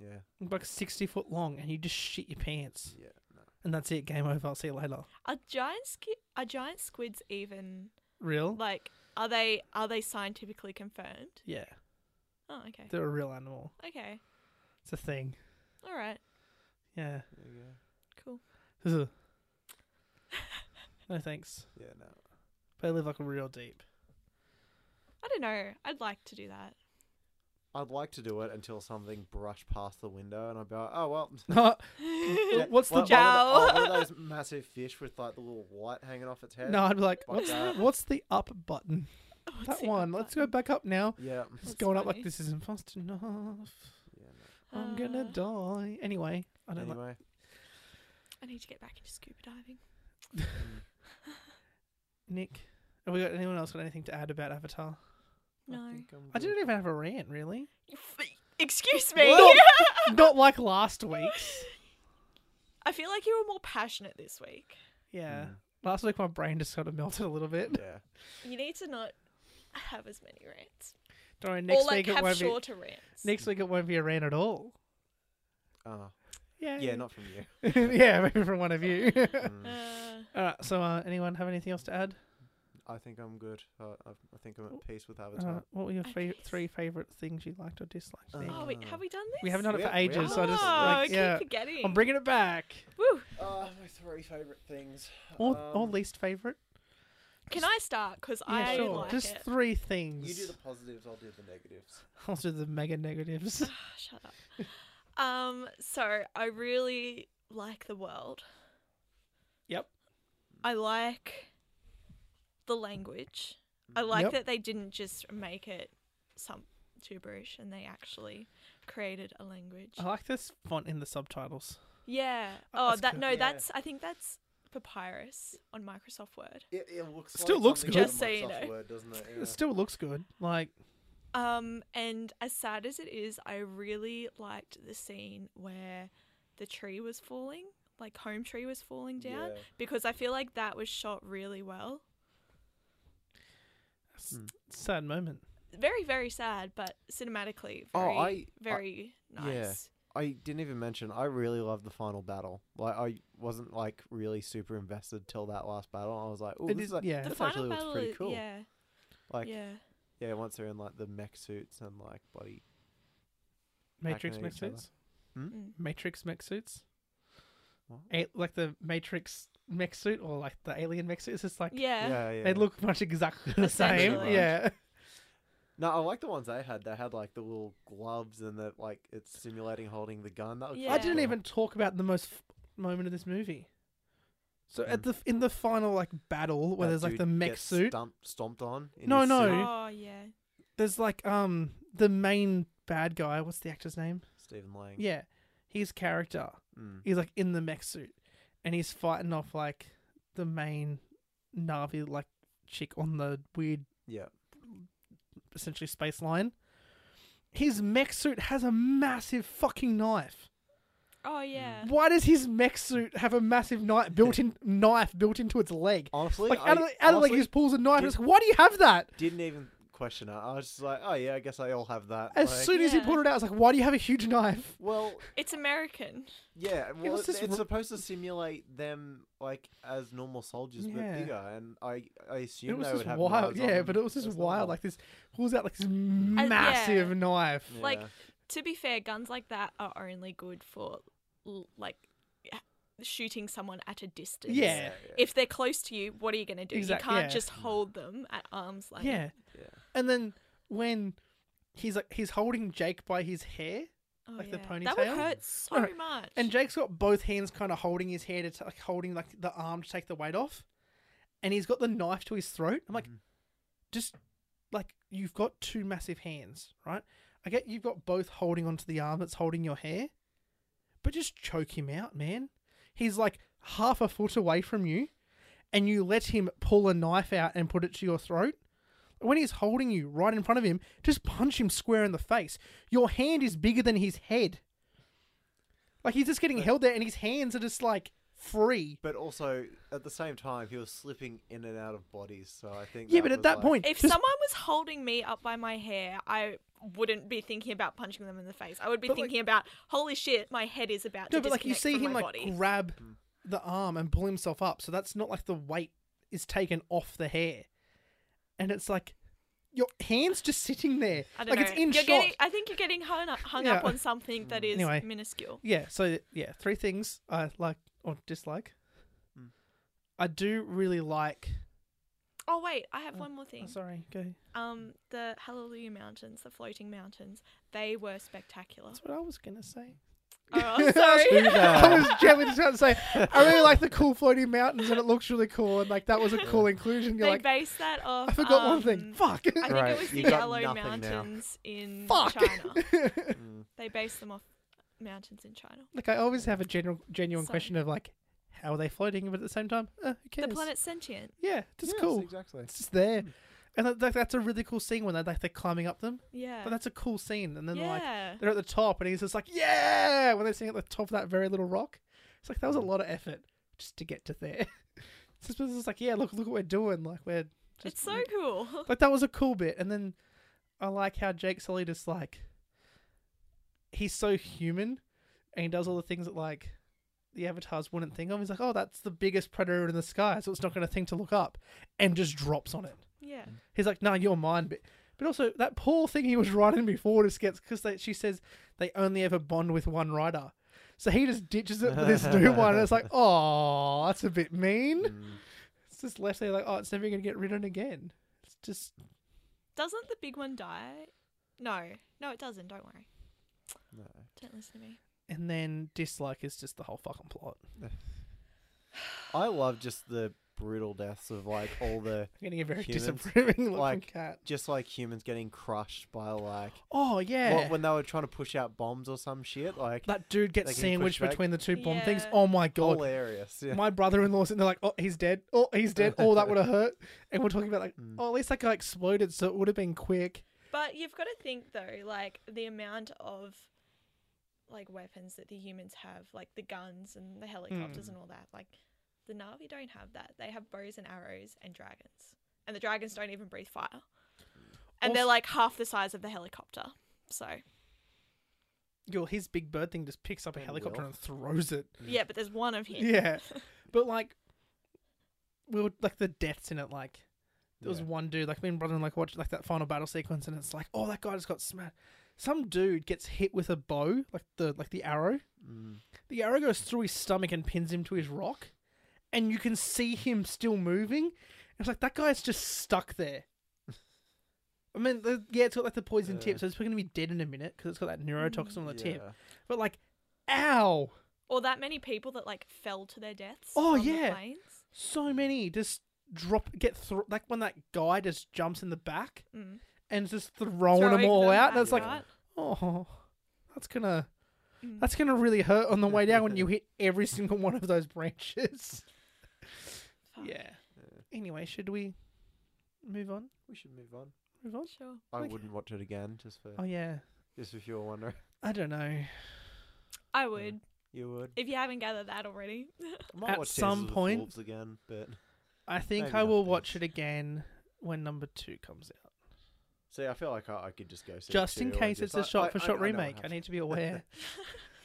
S4: Yeah,
S2: sixty foot long, and you just shit your pants,
S4: yeah. No.
S2: and that's it. Game over. I'll see you later.
S3: Are giant squi- are giant squids even
S2: Real?
S3: like are they are they scientifically confirmed?
S2: yeah,
S3: Oh, okay.
S2: they're a real animal.
S3: Okay.
S2: It's a thing.
S3: All right.
S2: Yeah.
S4: There you go.
S3: Cool.
S2: no thanks.
S4: Yeah, no.
S2: They live like real
S3: [LAUGHS]
S2: deep.
S3: I don't know. I'd like to do that. [LAUGHS]
S4: I'd like to do it until something brushed past the window, and I'd be like, "Oh
S3: [LAUGHS]
S4: well." [LAUGHS]
S2: Well, what's the
S4: one of
S3: Jowl?
S4: oh, one of those massive fish with like the little white hanging off its head.
S2: no, I'd be like,
S4: Fuck
S2: what's
S4: that.
S2: what's the up button?
S3: What's
S2: that
S3: the
S2: one.
S3: other
S2: Let's go back up now.
S4: Yeah.
S2: It's
S3: That's
S2: going up
S3: funny.
S2: like this isn't fast enough.
S4: Yeah.
S2: I'm gonna
S3: Uh,
S2: die. Anyway, I
S4: No.
S2: don't like.
S4: Anyway,
S3: I need to get back into scuba diving.
S2: Nick, have we got anyone else got anything to add about Avatar?
S3: [LAUGHS] No.
S4: I, think I'm
S2: I
S4: good.
S2: didn't e- even have a rant really.
S3: Excuse me. [LAUGHS]
S2: Well, Not like last week's.
S3: I feel like you were more passionate this week.
S2: Yeah.
S4: Mm.
S2: Last week my brain just sort of melted a little bit. [LAUGHS]
S4: Yeah.
S3: You need to not have as many rants.
S2: Don't worry, next
S3: or like
S2: week it
S3: have
S2: won't
S3: shorter rants.
S2: be next week it won't be a rant at all.
S4: Oh.
S2: Yeah.
S4: Yeah, not from you. [LAUGHS]
S2: [LAUGHS] yeah, maybe from one of
S3: [LAUGHS]
S2: you.
S4: Mm,
S3: Uh,
S2: All right. So, uh, anyone have anything else to add?
S4: I think I'm good. Uh, I, I think I'm at peace with
S2: Uh,
S4: Avatar.
S2: what were your
S3: I
S2: fav-
S3: guess.
S2: three favorite things you liked or disliked? Nick?
S4: Uh,
S3: oh wait, have we done this?
S2: we haven't done it
S4: we
S2: for
S4: have- we
S2: ages,
S4: have
S2: so I just
S3: oh, I
S2: like
S3: keep
S2: yeah.
S3: forgetting.
S2: I'm bringing it back.
S3: Woo.
S4: Uh, my three favorite things.
S2: Or, or
S4: Um,
S2: least favorite?
S3: Can I start? Because
S2: Yeah,
S3: I
S2: sure.
S3: like
S2: just
S3: it.
S2: three things.
S4: You do the positives. I'll do the negatives.
S2: [LAUGHS] I'll do the mega
S3: [LAUGHS]
S2: negatives.
S3: Ah, [SIGHS] Shut up. um, so I really like the world.
S2: Yep.
S3: I like the language. I like
S2: Yep.
S3: that they didn't just make it some gibberish and they actually created a language.
S2: I like this font in the subtitles.
S3: Yeah.
S2: Oh,
S3: Oh,
S2: Uh-huh. that's
S3: that
S2: good.
S3: no,
S4: Yeah.
S3: that's I think that's papyrus on Microsoft Word.
S4: It, it looks
S2: Still
S4: like
S2: looks
S4: something
S2: good.
S4: out of
S3: Just so you
S4: Microsoft
S3: know.
S4: Word, doesn't it? Yeah.
S2: It still looks good. Like,
S3: Um, and as sad as it is, I really liked the scene where the tree was falling, like home tree was falling down,
S4: Yeah.
S3: because I feel like that was shot really well.
S2: s-
S4: Mm.
S2: sad moment.
S3: Very, very sad, but cinematically, very,
S4: Oh, I-
S3: very
S4: yeah.
S3: nice.
S4: [LAUGHS] I didn't even mention. I really loved the final battle. Like I wasn't like really super invested till that last battle. I was like, oh,
S2: It
S4: this
S2: is-
S4: is like
S2: yeah.
S3: The
S4: this
S3: final
S4: actually
S3: battle,
S4: looks pretty
S3: is-
S4: cool.
S3: yeah,
S4: Like yeah.
S3: yeah,
S4: once they're in like the mech suits and like bloody
S2: Matrix
S4: at
S2: mech
S4: each other.
S2: suits.
S3: mm.
S2: Matrix mech suits.
S4: Hmm? What?
S2: A- like the Matrix mech suit or like the alien mech suit. It's just like
S3: yeah,
S4: yeah, yeah.
S2: they look much exactly the same.
S3: Essentially.
S2: Yeah.
S4: No, I like the ones they had. They had like the little gloves and that like it's simulating holding the gun. That looks
S3: Yeah.
S2: I
S4: pretty
S2: didn't
S4: cool.
S2: even talk about the most f- moment of this movie. So at
S4: Mm.
S2: the f- in the final like battle where
S4: That
S2: there's like
S4: dude
S2: the mech
S4: gets
S2: suit,
S4: stump- stomped on. in
S2: No, Ah.
S4: his
S2: no.
S4: suit.
S3: Oh yeah,
S2: there's like um the main bad guy. What's the actor's name?
S4: Stephen Lang.
S2: Yeah, his character.
S4: Mm.
S2: He's like in the mech suit, and he's fighting off like the main Navi like chick on the weird
S4: Yeah.
S2: essentially space line. His mech suit has a massive fucking knife.
S3: oh yeah.
S4: Mm.
S2: Why does his mech suit have a massive knife built in knife built into its leg?
S4: Honestly,
S2: Like
S4: I,
S2: out of, the- out of like
S4: honestly
S2: he just pulls a knife. and
S4: did-
S2: it's like, why do you have that?
S4: didn't even question it. I was just like, oh yeah, I guess I all have that.
S2: As
S4: like,
S2: soon as he
S3: Yeah.
S2: pulled it out, I was like, why do you have a huge knife?
S4: well,
S3: It's American.
S2: [LAUGHS]
S4: yeah, well,
S2: was
S4: it's,
S2: just
S4: it's
S2: r-
S4: supposed to simulate them like as normal soldiers
S2: Yeah.
S4: but bigger, and I I assume
S2: it was
S4: they
S2: just
S4: would have
S2: wild,
S4: knives
S2: yeah.
S4: on
S2: But it was just
S4: as
S2: wild.
S4: normal.
S2: Like this pulls out like this massive knife.
S4: yeah.
S3: like, To be fair, guns like that are only good for l- like h- shooting someone at a distance.
S2: Yeah.
S3: if they're close to you, what are you going to do?
S2: Exact-
S3: you can't
S2: yeah.
S3: just hold them at arm's length.
S2: Yeah.
S4: Yeah.
S2: And then when he's like he's holding Jake by his hair,
S3: Oh,
S2: Like the
S3: yeah. That would
S2: ponytail?
S3: hurt so
S2: Alright.
S3: much.
S2: and Jake's got both hands kind of holding his hair to t- like holding like the arm to take the weight off, and he's got the knife to his throat. I'm like, just like you've got two massive hands, right? I get you've got both holding onto the arm that's holding your hair, but just choke him out, man. He's like half a foot away from you, and you let him pull a knife out and put it to your throat. When he's holding you right in front of him, just punch him square in the face. Your hand is bigger than his head. Like he's just getting held there, and his hands are just like free.
S4: But also, at the same time, he was slipping in and out of bodies, so I think.
S2: Yeah, but at
S4: was
S2: that
S4: like- [LAUGHS]
S2: point,
S3: If
S2: just
S3: someone was holding me up by my hair, I wouldn't be thinking about punching them in the face. I would be
S2: But, like-
S3: thinking about, holy shit, my head is about
S2: No,
S3: to
S2: but like you
S3: disconnect
S2: see
S3: from
S2: him
S3: my
S2: like
S3: body. Hmm.
S2: grab the arm and pull himself up, so that's not like the weight is taken off the hair, and it's like your hands just sitting there,
S3: I don't
S2: like
S3: know.
S2: it's in
S3: you're
S2: shot.
S3: Getting, I think you're getting hung up, hung up
S2: Yeah.
S3: on something that is
S2: Anyway.
S3: minuscule.
S2: Yeah. So yeah, three things I like or dislike.
S3: Hmm.
S2: I do really like.
S3: Oh wait, I have one more
S2: oh,
S3: thing.
S2: sorry, go.
S3: Um, the Hallelujah Mountains, the floating mountains, they were spectacular.
S2: That's what I was gonna say.
S3: [LAUGHS] Oh,
S2: [LAUGHS]
S3: I'm [LAUGHS]
S4: Who
S3: sorry.
S2: I
S4: the-
S2: was gently just about to say I really like the cool floating mountains and it looks really cool and like that was a
S3: [LAUGHS]
S2: cool inclusion. You're
S3: they
S2: like
S3: based that off.
S2: I forgot one thing.
S3: um,
S2: Fuck. [LAUGHS]
S3: I think
S4: Right,
S3: it was the
S4: you've got
S3: Yellow
S4: nothing now.
S3: Mountains in
S2: Fuck. [LAUGHS]
S3: China.
S4: Mm.
S3: They based them off mountains in China.
S2: Like I always have a general, genuine
S3: So-
S2: question of like, how are they floating? But at the same time, uh, who cares?
S3: The planet's sentient.
S2: Yeah, that's
S4: Yes,
S2: cool.
S4: Exactly.
S2: It's just there,
S3: Hmm.
S2: and that, that, that's a really cool scene when they like they're climbing up them.
S3: Yeah.
S2: But that's a cool scene, and then like
S3: yeah.
S2: they're at the top, and he's just like, yeah, when they're sitting at the top of that very little rock. It's like that
S3: Hmm.
S2: was a lot of effort just to get to there. [LAUGHS] it's just it's just like, yeah, look, look what we're doing. Like we're just
S3: it's so cool. [LAUGHS]
S2: like Mm. that was a cool bit, and then I like how Jake Sully just like he's so human, and he does all the things that like the avatars wouldn't think of. He's like, oh, that's the biggest predator in the sky, so it's not going to think to look up, and just drops on it.
S3: Yeah.
S2: He's like, no, you're mine, but but also that poor thing he was riding before just gets because she says they only ever bond with one rider. So he just ditches it for this new one, and it's like, oh, that's a bit mean. It's just left there, like, oh, it's never gonna get ridden again. It's just
S3: Doesn't the big one die? No. No, it doesn't. Don't worry.
S4: No.
S3: Don't listen to me.
S2: and then dislike is just the whole fucking plot.
S4: I love just the brutal deaths of like all the
S2: I'm getting a very
S4: Humans,
S2: disapproving [LAUGHS] look
S4: like-
S2: from Cat.
S4: just like humans getting crushed by like
S2: Oh yeah,
S4: what, when they were trying to push out bombs or some shit. Like
S2: that dude gets
S4: They can push
S2: sandwiched
S4: back.
S2: between the two bomb things.
S3: Yeah.
S2: Oh my god,
S4: hilarious. Yeah.
S2: my brother-in-law's sitting there like, oh, he's dead. Oh, he's dead. Oh, that would have hurt.
S4: [LAUGHS]
S2: And we're talking about like,
S4: Mm.
S2: oh, at least that guy exploded, so it would have been quick.
S3: But you've got to think though, like the amount of like weapons that the humans have, like the guns and the
S2: Hmm.
S3: helicopters and all that. Like the Navi don't have that. They have bows and arrows and dragons, and the dragons don't even breathe fire. And they're
S2: Also-
S3: like half the size of the helicopter. So
S2: Yo, his big bird thing just picks up a
S4: And
S2: helicopter
S4: Will.
S2: and throws it.
S3: yeah, but there's one
S4: [LAUGHS]
S3: of him.
S2: Yeah, but like, we were like the deaths in it. Like, there was
S4: Yeah.
S2: one dude like me and brother and like watched like that final battle sequence, and it's like, oh, that guy just got smashed. Some dude gets hit with a bow, like the like the arrow.
S4: Mm.
S2: The arrow goes through his stomach and pins him to his rock, and you can see him still moving. It's like that guy's just stuck there. I mean, the, yeah, it's got like the poison tip,
S4: Yeah.
S2: so it's probably gonna be dead in a minute because it's got that neurotoxin on the tip.
S4: Yeah.
S2: But like, ow!
S3: Or that many people that like fell to their deaths.
S2: Oh,
S3: from the
S2: yeah.
S3: planes.
S2: So many just drop get through. Like when that guy just jumps in the back
S3: Mm.
S2: and just throwing, them
S3: Throwing
S2: all out.
S3: back,
S2: That's like,
S3: right?
S2: oh, that's gonna
S3: Mm.
S2: that's gonna really hurt on the way down
S3: [LAUGHS]
S2: when you hit every single one of those branches.
S3: Fuck.
S2: Yeah. Anyway, should we move on?
S4: We should move on.
S2: Move on?
S3: Sure.
S4: I
S2: Okay.
S4: wouldn't watch it again, just for
S2: Oh yeah.
S4: just if you were wondering.
S2: I don't know.
S3: I would.
S4: You would.
S3: If you haven't gathered that already. [LAUGHS]
S4: I might
S2: At
S4: watch Dances
S2: some
S4: with
S2: point-
S4: Wolves again, but
S2: I think
S4: Maybe
S2: I
S4: not
S2: will
S4: this.
S2: watch it again when number two comes out.
S4: see, I feel like I, I could just go. See
S2: just in
S4: two or
S2: case
S4: just-
S2: it's a
S4: I-
S2: shot
S4: I-
S2: for
S4: I-
S2: shot
S4: I know what
S2: remake. I
S4: happens.
S2: need to be [LAUGHS] aware.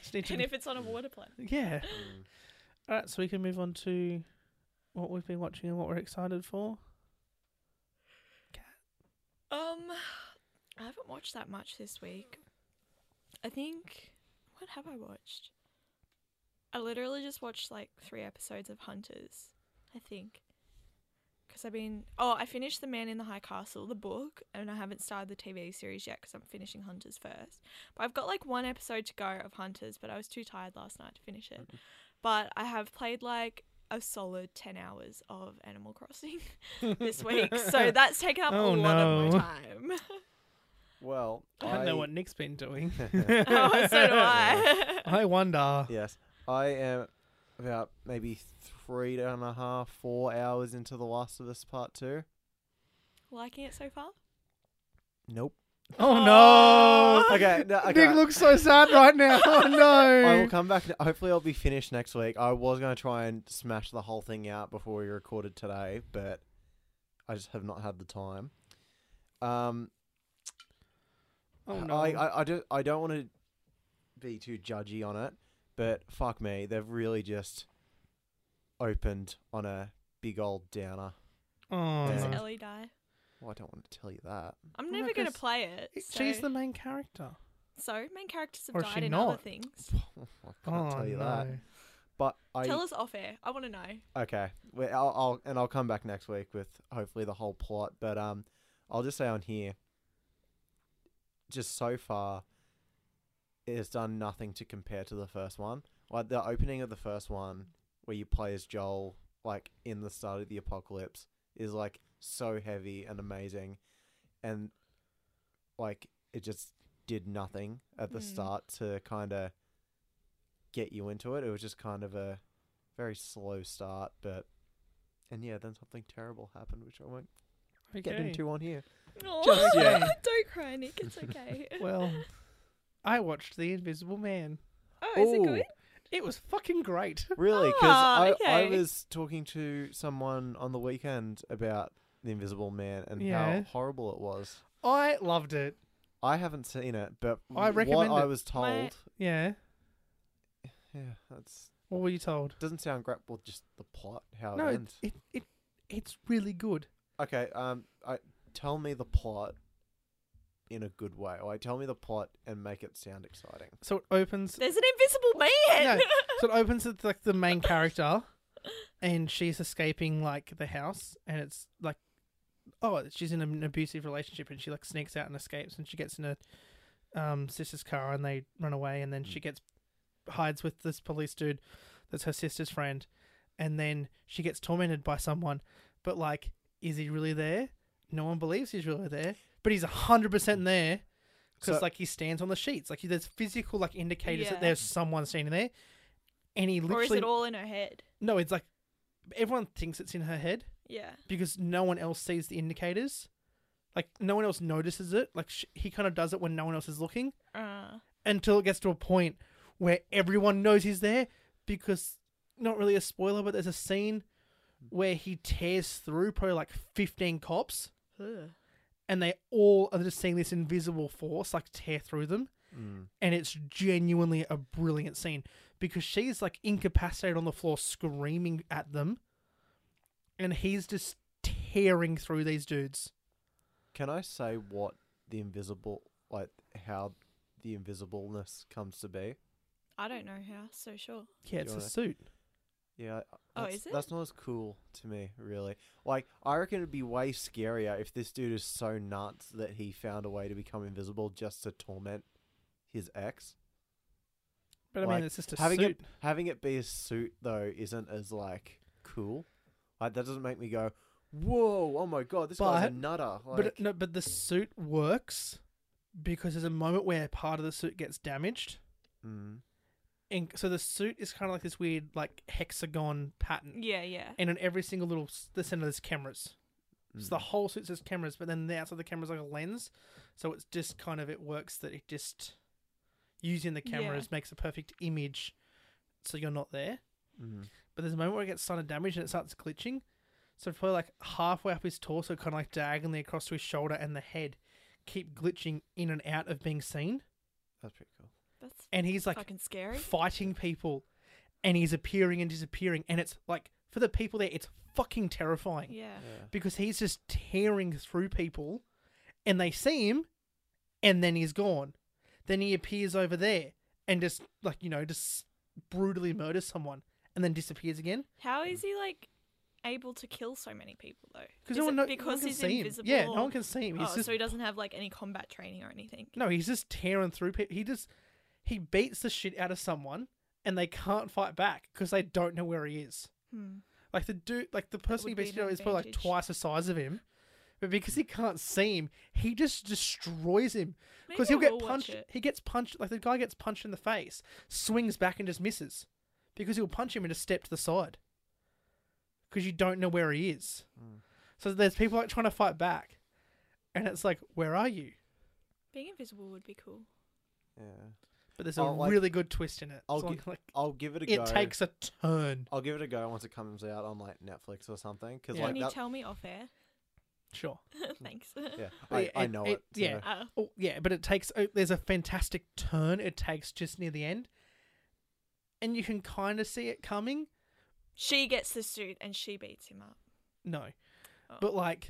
S2: Just need to
S3: and
S2: be- [LAUGHS]
S3: if it's on a water planet.
S2: yeah.
S4: Mm.
S2: Alright, so we can move on to what we've been watching and what we're excited for.
S3: Um, I haven't watched that much this week. I think what have I watched? I literally just watched like three episodes of Hunters. I think because I've been oh I finished The Man in the High Castle the book and I haven't started the TV series yet because I'm finishing Hunters first. But I've got like
S2: [LAUGHS]
S3: one episode to go of Hunters, but I was too tired last night to finish it. But I have played like a solid 10 hours of Animal Crossing [LAUGHS] this
S2: [LAUGHS]
S3: week. so that's taken up
S2: Oh,
S3: a lot
S2: no.
S3: of my time.
S4: Well,
S2: [LAUGHS] I know what Nick's been [LAUGHS] doing.
S3: oh, so
S2: [LAUGHS]
S3: [LAUGHS] do [LAUGHS] I.
S2: I wonder.
S4: Yes, I am about maybe three and a half, four hours into The Last of Us Part Two.
S3: Liking it so far?
S4: Nope.
S2: Oh no!
S4: Okay, no, okay.
S2: Nick looks so sad right [LAUGHS] now. Oh
S4: I will
S2: no!
S4: come back. Hopefully, I'll be finished next week. I was going to try and smash the whole thing out before we recorded today, but I just have not had the time. Um,
S2: Oh no!
S4: I, I, I, do, I don't want to be too judgy on it, but fuck me, they've really just opened on a big old downer.
S2: oh,
S4: Yeah.
S3: Does
S2: no.
S3: Ellie die?
S4: Well, I don't want to tell you that.
S3: I'm
S2: Well, no,
S3: never going to
S2: 'cause
S3: play it.
S2: She's
S3: so-
S2: the main character.
S3: So main characters have
S2: Or is she
S3: died in other
S2: not?
S3: things.
S4: [LAUGHS] I
S2: Oh
S4: can't tell you
S2: no!
S4: that. But I
S3: Tell us off air. I want to know.
S4: Okay. Well, I'll, I'll and I'll come back next week with hopefully the whole plot. But um, I'll just say on here, just so far, it has done nothing to compare to the first one. Like the opening of the first one, where you play as Joel, like in the start of the apocalypse, is like so heavy and amazing, and like it just did nothing at the
S3: Mm.
S4: start to kind of get you into it. It was just kind of a very slow start, but and yeah, then something terrible happened, which I won't get
S2: Okay. [LAUGHS]
S4: into on here.
S3: [LAUGHS] Just,
S2: yeah.
S3: Don't cry, Nick. It's okay.
S2: [LAUGHS]
S3: [LAUGHS]
S2: Well, I watched The Invisible Man.
S3: Oh, is it good?
S2: It was fucking great.
S4: Really? Because
S3: Ah,
S4: I, I
S3: okay.
S4: was talking to someone on the weekend about the Invisible Man and
S2: Yeah.
S4: how horrible it was.
S2: I loved it.
S4: I haven't seen it, but
S2: I
S4: what
S2: recommend
S4: I
S2: it.
S4: was told,
S3: My-
S2: Yeah.
S4: yeah, that's
S2: What were you told?
S4: doesn't sound great. Well, just the plot, how
S2: no,
S4: it
S2: it,
S4: ends.
S2: it it it's really good.
S4: Okay, um, I tell me the plot in a good way. Like, tell me the plot and make it sound exciting.
S2: So it opens.
S3: There's an invisible man. [LAUGHS]
S2: No, so it opens with like the main character, and she's escaping like the house, and it's like, oh, she's in an abusive relationship, and she like sneaks out and escapes, and she gets in a um sister's car, and they run away, and then she gets hides with this police dude, that's her sister's friend, and then she gets tormented by someone, but like, is he really there? No one believes he's really there, but he's hundred percent there. Because
S4: So-
S2: like he stands on the sheets, like there's physical like indicators that
S3: Yeah.
S2: there's someone standing there, and he
S3: or
S2: literally
S3: is it all in her head?
S2: no, it's like everyone thinks it's in her head
S3: Yeah.
S2: because no one else sees the indicators. Like no one else notices it. Like sh- he kind of does it when no one else is looking
S3: Uh,
S2: until it gets to a point where everyone knows he's there because not really a spoiler, but there's a scene where he tears through probably like 15 cops and they all are just seeing this invisible force like tear through them
S4: Mm.
S2: and it's genuinely a brilliant scene because she's like incapacitated on the floor screaming at them and he's just tearing through these dudes
S4: Can I say what the invisible, like how the invisibleness comes to be?
S3: I don't know how. So sure.
S2: yeah
S4: it's
S2: it's
S4: a
S2: a suit
S4: Yeah. uh,
S3: Oh,
S4: that's-
S3: is it?
S4: That's not as cool to me, really. Like, I reckon it'd be way scarier if this dude is so nuts that he found a way to become invisible just to torment his ex.
S2: but i
S4: Like,
S2: mean it's just a
S4: having
S2: suit
S4: it having it be a suit though isn't as like cool. Like that doesn't make me go, "Whoa, oh my god, this guy's a
S2: But-
S4: nutter." Like,
S2: but it- no but the suit works because there's a moment where part of the suit gets damaged
S4: mm,
S2: and so the suit is kind of like this weird like hexagon pattern
S3: Yeah, yeah.
S2: and on every single little s- the center there's cameras So the whole suit says cameras, but then the outside of the camera's like a lens. So it's just kind of it works that it just using the
S3: Yeah.
S2: cameras makes a perfect image so you're not there.
S4: mm,
S2: But there's a moment where it gets sudden damage and it starts glitching. So probably like halfway up his torso, kinda like diagonally across to his shoulder and the head keep glitching in and out of being seen.
S4: that's pretty cool.
S3: That's
S2: And he's like [LAUGHS]
S3: fucking scary.
S2: fighting people and he's appearing and disappearing and it's like for the people there it's fucking terrifying
S3: Yeah.
S4: Yeah.
S2: because he's just tearing through people and they see him and then he's gone then he appears over there and just like you know just brutally murders someone and then disappears again
S3: How is he like able to kill so many people though?
S2: because
S3: Is
S2: no
S3: it
S2: one knows
S3: because
S2: no one can
S3: he's
S2: see
S3: invisible.
S2: him yeah
S3: or-
S2: no one can see him he's
S3: oh,
S2: just
S3: so he doesn't have like any combat training or anything.
S2: no he's just tearing through people he just he beats the shit out of someone and they can't fight back because they don't know where he is
S3: Hmm.
S2: Like the dude, like the person he
S3: would be
S2: beats you
S3: an
S2: know, is probably like
S3: advantage.
S2: twice the size of him, but because he can't see him, he just destroys him. Because he'll
S3: Maybe I
S2: get
S3: will watch
S2: punched.
S3: it.
S2: He gets punched. Like the guy gets punched in the face, swings back and just misses, because he'll punch him and just step to the side. Because you don't know where he is.
S4: Hmm.
S2: So there's people like trying to fight back, and it's like, where are you?
S3: Being invisible would be cool.
S4: Yeah.
S2: But there's a
S4: I'll, Oh, like-
S2: really good twist in it.
S4: I'll
S2: So I'm
S4: gi-
S2: like,
S4: I'll give it a
S2: it
S4: go.
S2: takes a turn.
S4: I'll give it a go once it comes out on like Netflix or something. Because
S2: Yeah.
S3: Can
S4: like
S3: you
S4: that,
S3: tell me off air? [LAUGHS]
S2: Sure.
S3: Thanks.
S2: [LAUGHS]
S3: [LAUGHS]
S4: yeah,
S2: Oh,
S4: I,
S2: yeah,
S4: I
S2: it-
S4: know it.
S2: it- yeah.
S4: so-
S3: Oh,
S2: Oh yeah, but it takes. Oh, there's a fantastic turn it takes just near the end, and you can kind of see it coming.
S3: she gets the suit and she beats him up.
S2: No,
S3: Oh.
S2: but like,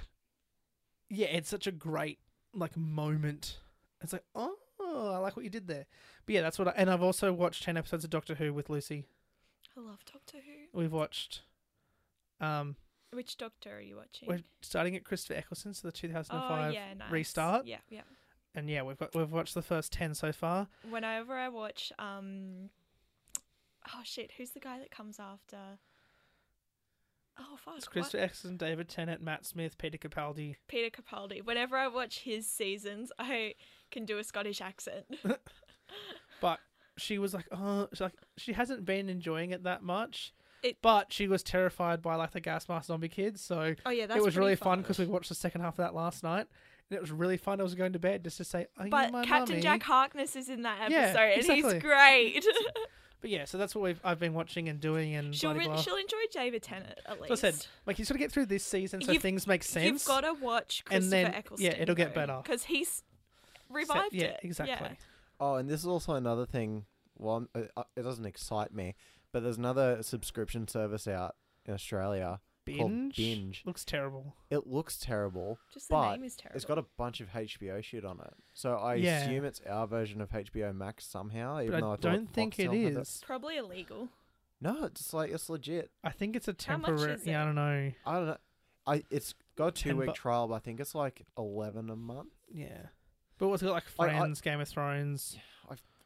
S2: yeah, it's such a great like moment. It's like, oh, I like what you did there. But yeah, that's what. I, and I've also watched ten episodes of Doctor Who with Lucy.
S3: I love Doctor Who.
S2: We've watched. Um,
S3: Which Doctor are you watching?
S2: we're starting at Christopher Eccleston, so the 2005
S3: oh, yeah, nice.
S2: restart,
S3: Yeah, yeah.
S2: and yeah, we've got we've watched the first ten so far.
S3: Whenever I watch, um, oh shit, who's the guy that comes after? Oh fuck,
S2: It's
S3: what-
S2: Christopher Eccleston, David Tennant, Matt Smith, Peter Capaldi.
S3: Peter Capaldi. Whenever I watch his seasons, I can do a Scottish accent.
S2: but she was like, oh, she's like she hasn't been enjoying it that much.
S3: It-
S2: but she was terrified by like the gas mask zombie kids, so
S3: Oh yeah, that's
S2: it was
S3: pretty
S2: really fun because we watched the second half of that last night, and it was really fun. I was going to bed just to say, "Are you
S3: But
S2: my
S3: Captain
S2: mummy?"
S3: Jack Harkness is in that episode,
S2: Yeah,
S3: and
S2: exactly. [LAUGHS]
S3: he's great.
S2: But yeah, so that's what we've I've been watching and doing and
S3: she'll
S2: blah, blah,
S3: re-
S2: blah.
S3: she'll enjoy David Tennant at
S2: So I
S3: least.
S2: said, like you sort of get through this season, so
S3: You've-
S2: things make sense.
S3: You've got to watch
S2: And
S3: Christopher
S2: then- yeah,
S3: Eccleston.
S2: it'll get better.
S3: because he's
S2: So-
S3: revived
S2: yeah,
S3: it.
S2: exactly.
S3: Yeah.
S4: Oh, and this is also another thing. Well, I'm- uh, uh, it doesn't excite me, but there's another subscription service out in Australia. called
S2: Binge,
S4: Binge.
S2: looks terrible.
S4: It looks terrible.
S3: Just the
S4: But
S3: name is terrible.
S4: It's got a bunch of HBO shit on it, so I
S2: Yeah.
S4: assume it's our version of HBO Max somehow. Even
S2: But
S4: though
S2: I
S4: I
S2: don't think it
S3: It's
S2: is.
S3: probably illegal.
S4: No, it's just, like it's legit.
S2: I think it's a
S3: How much is
S2: temporary.
S3: it?
S2: Yeah, I don't know.
S4: I don't know. I it's got a two
S2: Ten
S4: week
S2: bu-
S4: trial, but I think it's like eleven a month.
S2: Yeah, but what's it got like
S4: I- I-
S2: Friends, Game of Thrones?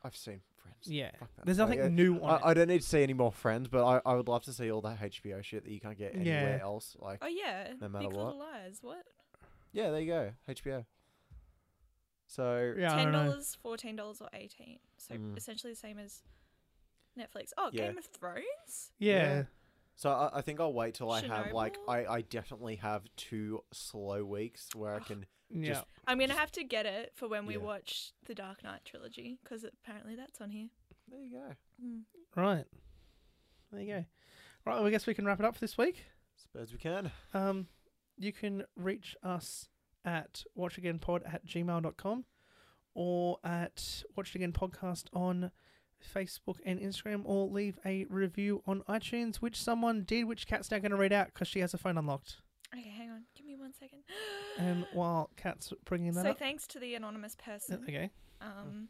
S4: I've seen Friends.
S2: Yeah,
S4: Fuck that.
S2: there's
S4: Like,
S2: nothing
S4: uh,
S2: new on it.
S4: I, I don't need to see any more Friends, but I, I would love to see all that HBO shit that you can't get anywhere
S2: Yeah.
S4: else. Like,
S3: Oh yeah.
S4: No matter
S3: Big
S4: what.
S3: Little Lies. What?
S4: yeah, there you go, HBO. So
S2: Yeah, I don't
S3: Ten
S2: know.
S3: dollars, fourteen dollars, or eighteen. So
S4: Mm.
S3: essentially the same as Netflix. Oh,
S4: Yeah.
S3: Game of Thrones.
S2: Yeah.
S4: So I, I think I'll wait till I have like
S3: Chernobyl?
S4: I, I definitely have two slow weeks where I
S3: Ugh.
S4: can
S2: Yeah.
S4: Just-
S3: I'm gonna have to get it for when we
S4: Yeah.
S3: watch the Dark Knight trilogy because apparently that's on here.
S4: there you go.
S3: Mm.
S2: right. There you go. Right, well, I guess we can wrap it up for this week.
S4: Suppose we can.
S2: Um, you can reach us at watchagainpod at gmail.com or at Watch It Again Podcast on Facebook and Instagram or leave a review on iTunes, which someone did, which Kat's now going to read out because she has her phone unlocked.
S3: Okay, hang on. Give me one second.
S2: And
S3: [GASPS]
S2: while Kat's bringing that
S3: so
S2: up. uh,
S3: thanks to the anonymous person.
S2: okay.
S3: Um,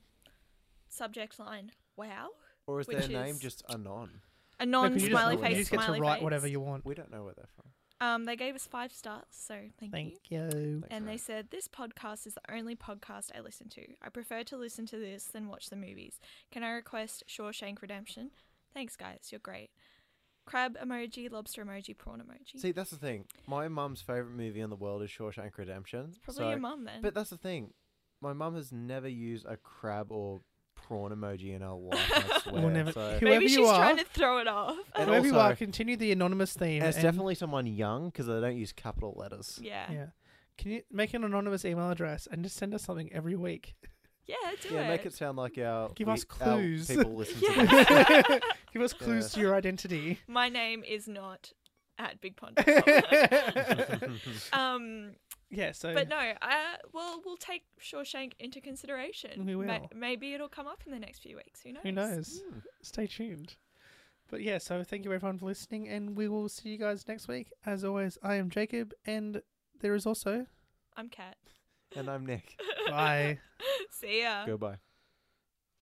S3: subject line: Wow.
S4: Or is
S3: Which
S4: their name
S3: is-
S4: just anon?
S3: A
S2: No,
S3: non
S2: but you just-
S3: smiley
S4: you
S3: face.
S2: You just get to
S3: smiley
S2: write
S3: face.
S2: whatever you want.
S4: We don't know where they're from.
S3: Um, they gave us five stars, so thank, you.
S2: Thank you.
S4: Thanks,
S3: And they
S4: mate.
S3: said, This podcast is the only podcast I listen to. I prefer to listen to this than watch the movies. Can I request Shawshank Redemption? Thanks, guys. You're great. Crab emoji, lobster emoji, prawn emoji.
S4: See, that's the thing. My mum's favorite movie in the world is Shawshank Redemption.
S3: it's probably
S4: so-
S3: your mum then.
S4: But that's the thing. My mum has never used a crab or prawn emoji in her life. I swear.
S2: We'll never- [LAUGHS]
S4: So,
S2: Who-
S3: Maybe
S2: whoever
S3: she's
S2: you
S3: trying
S2: are-
S3: to throw it off.
S4: And
S2: Whoever you are,
S4: also-
S2: continue the anonymous theme.
S4: and it's
S2: and-
S4: definitely someone young because they don't use capital letters.
S3: yeah. yeah.
S2: Yeah. Can you make an anonymous email address and just send us something every week? [LAUGHS]
S3: do
S4: yeah,
S3: it.
S4: make it sound like our
S2: Give
S4: we-
S2: us
S4: our
S2: clues.
S4: people
S3: [LAUGHS]
S4: listen to this.
S2: Give us clues to your
S4: [LAUGHS]
S2: identity. [LAUGHS]
S3: My name is not at Big Pond.
S2: [LAUGHS]
S3: dot com. um,
S2: Yeah, so
S3: but no, uh, well, we'll take Shawshank into consideration.
S2: We
S3: Ma-
S2: will.
S3: maybe it'll come up in the next few weeks. Who knows?
S2: who knows?
S4: Hmm.
S2: Stay tuned. But yeah, so thank you everyone for listening, and we will see you guys next week. As always, I am Jacob, and
S3: [LAUGHS]
S2: there is also
S3: I'm Kat.
S4: and I'm Nick.
S2: bye.
S3: See ya.
S4: Goodbye.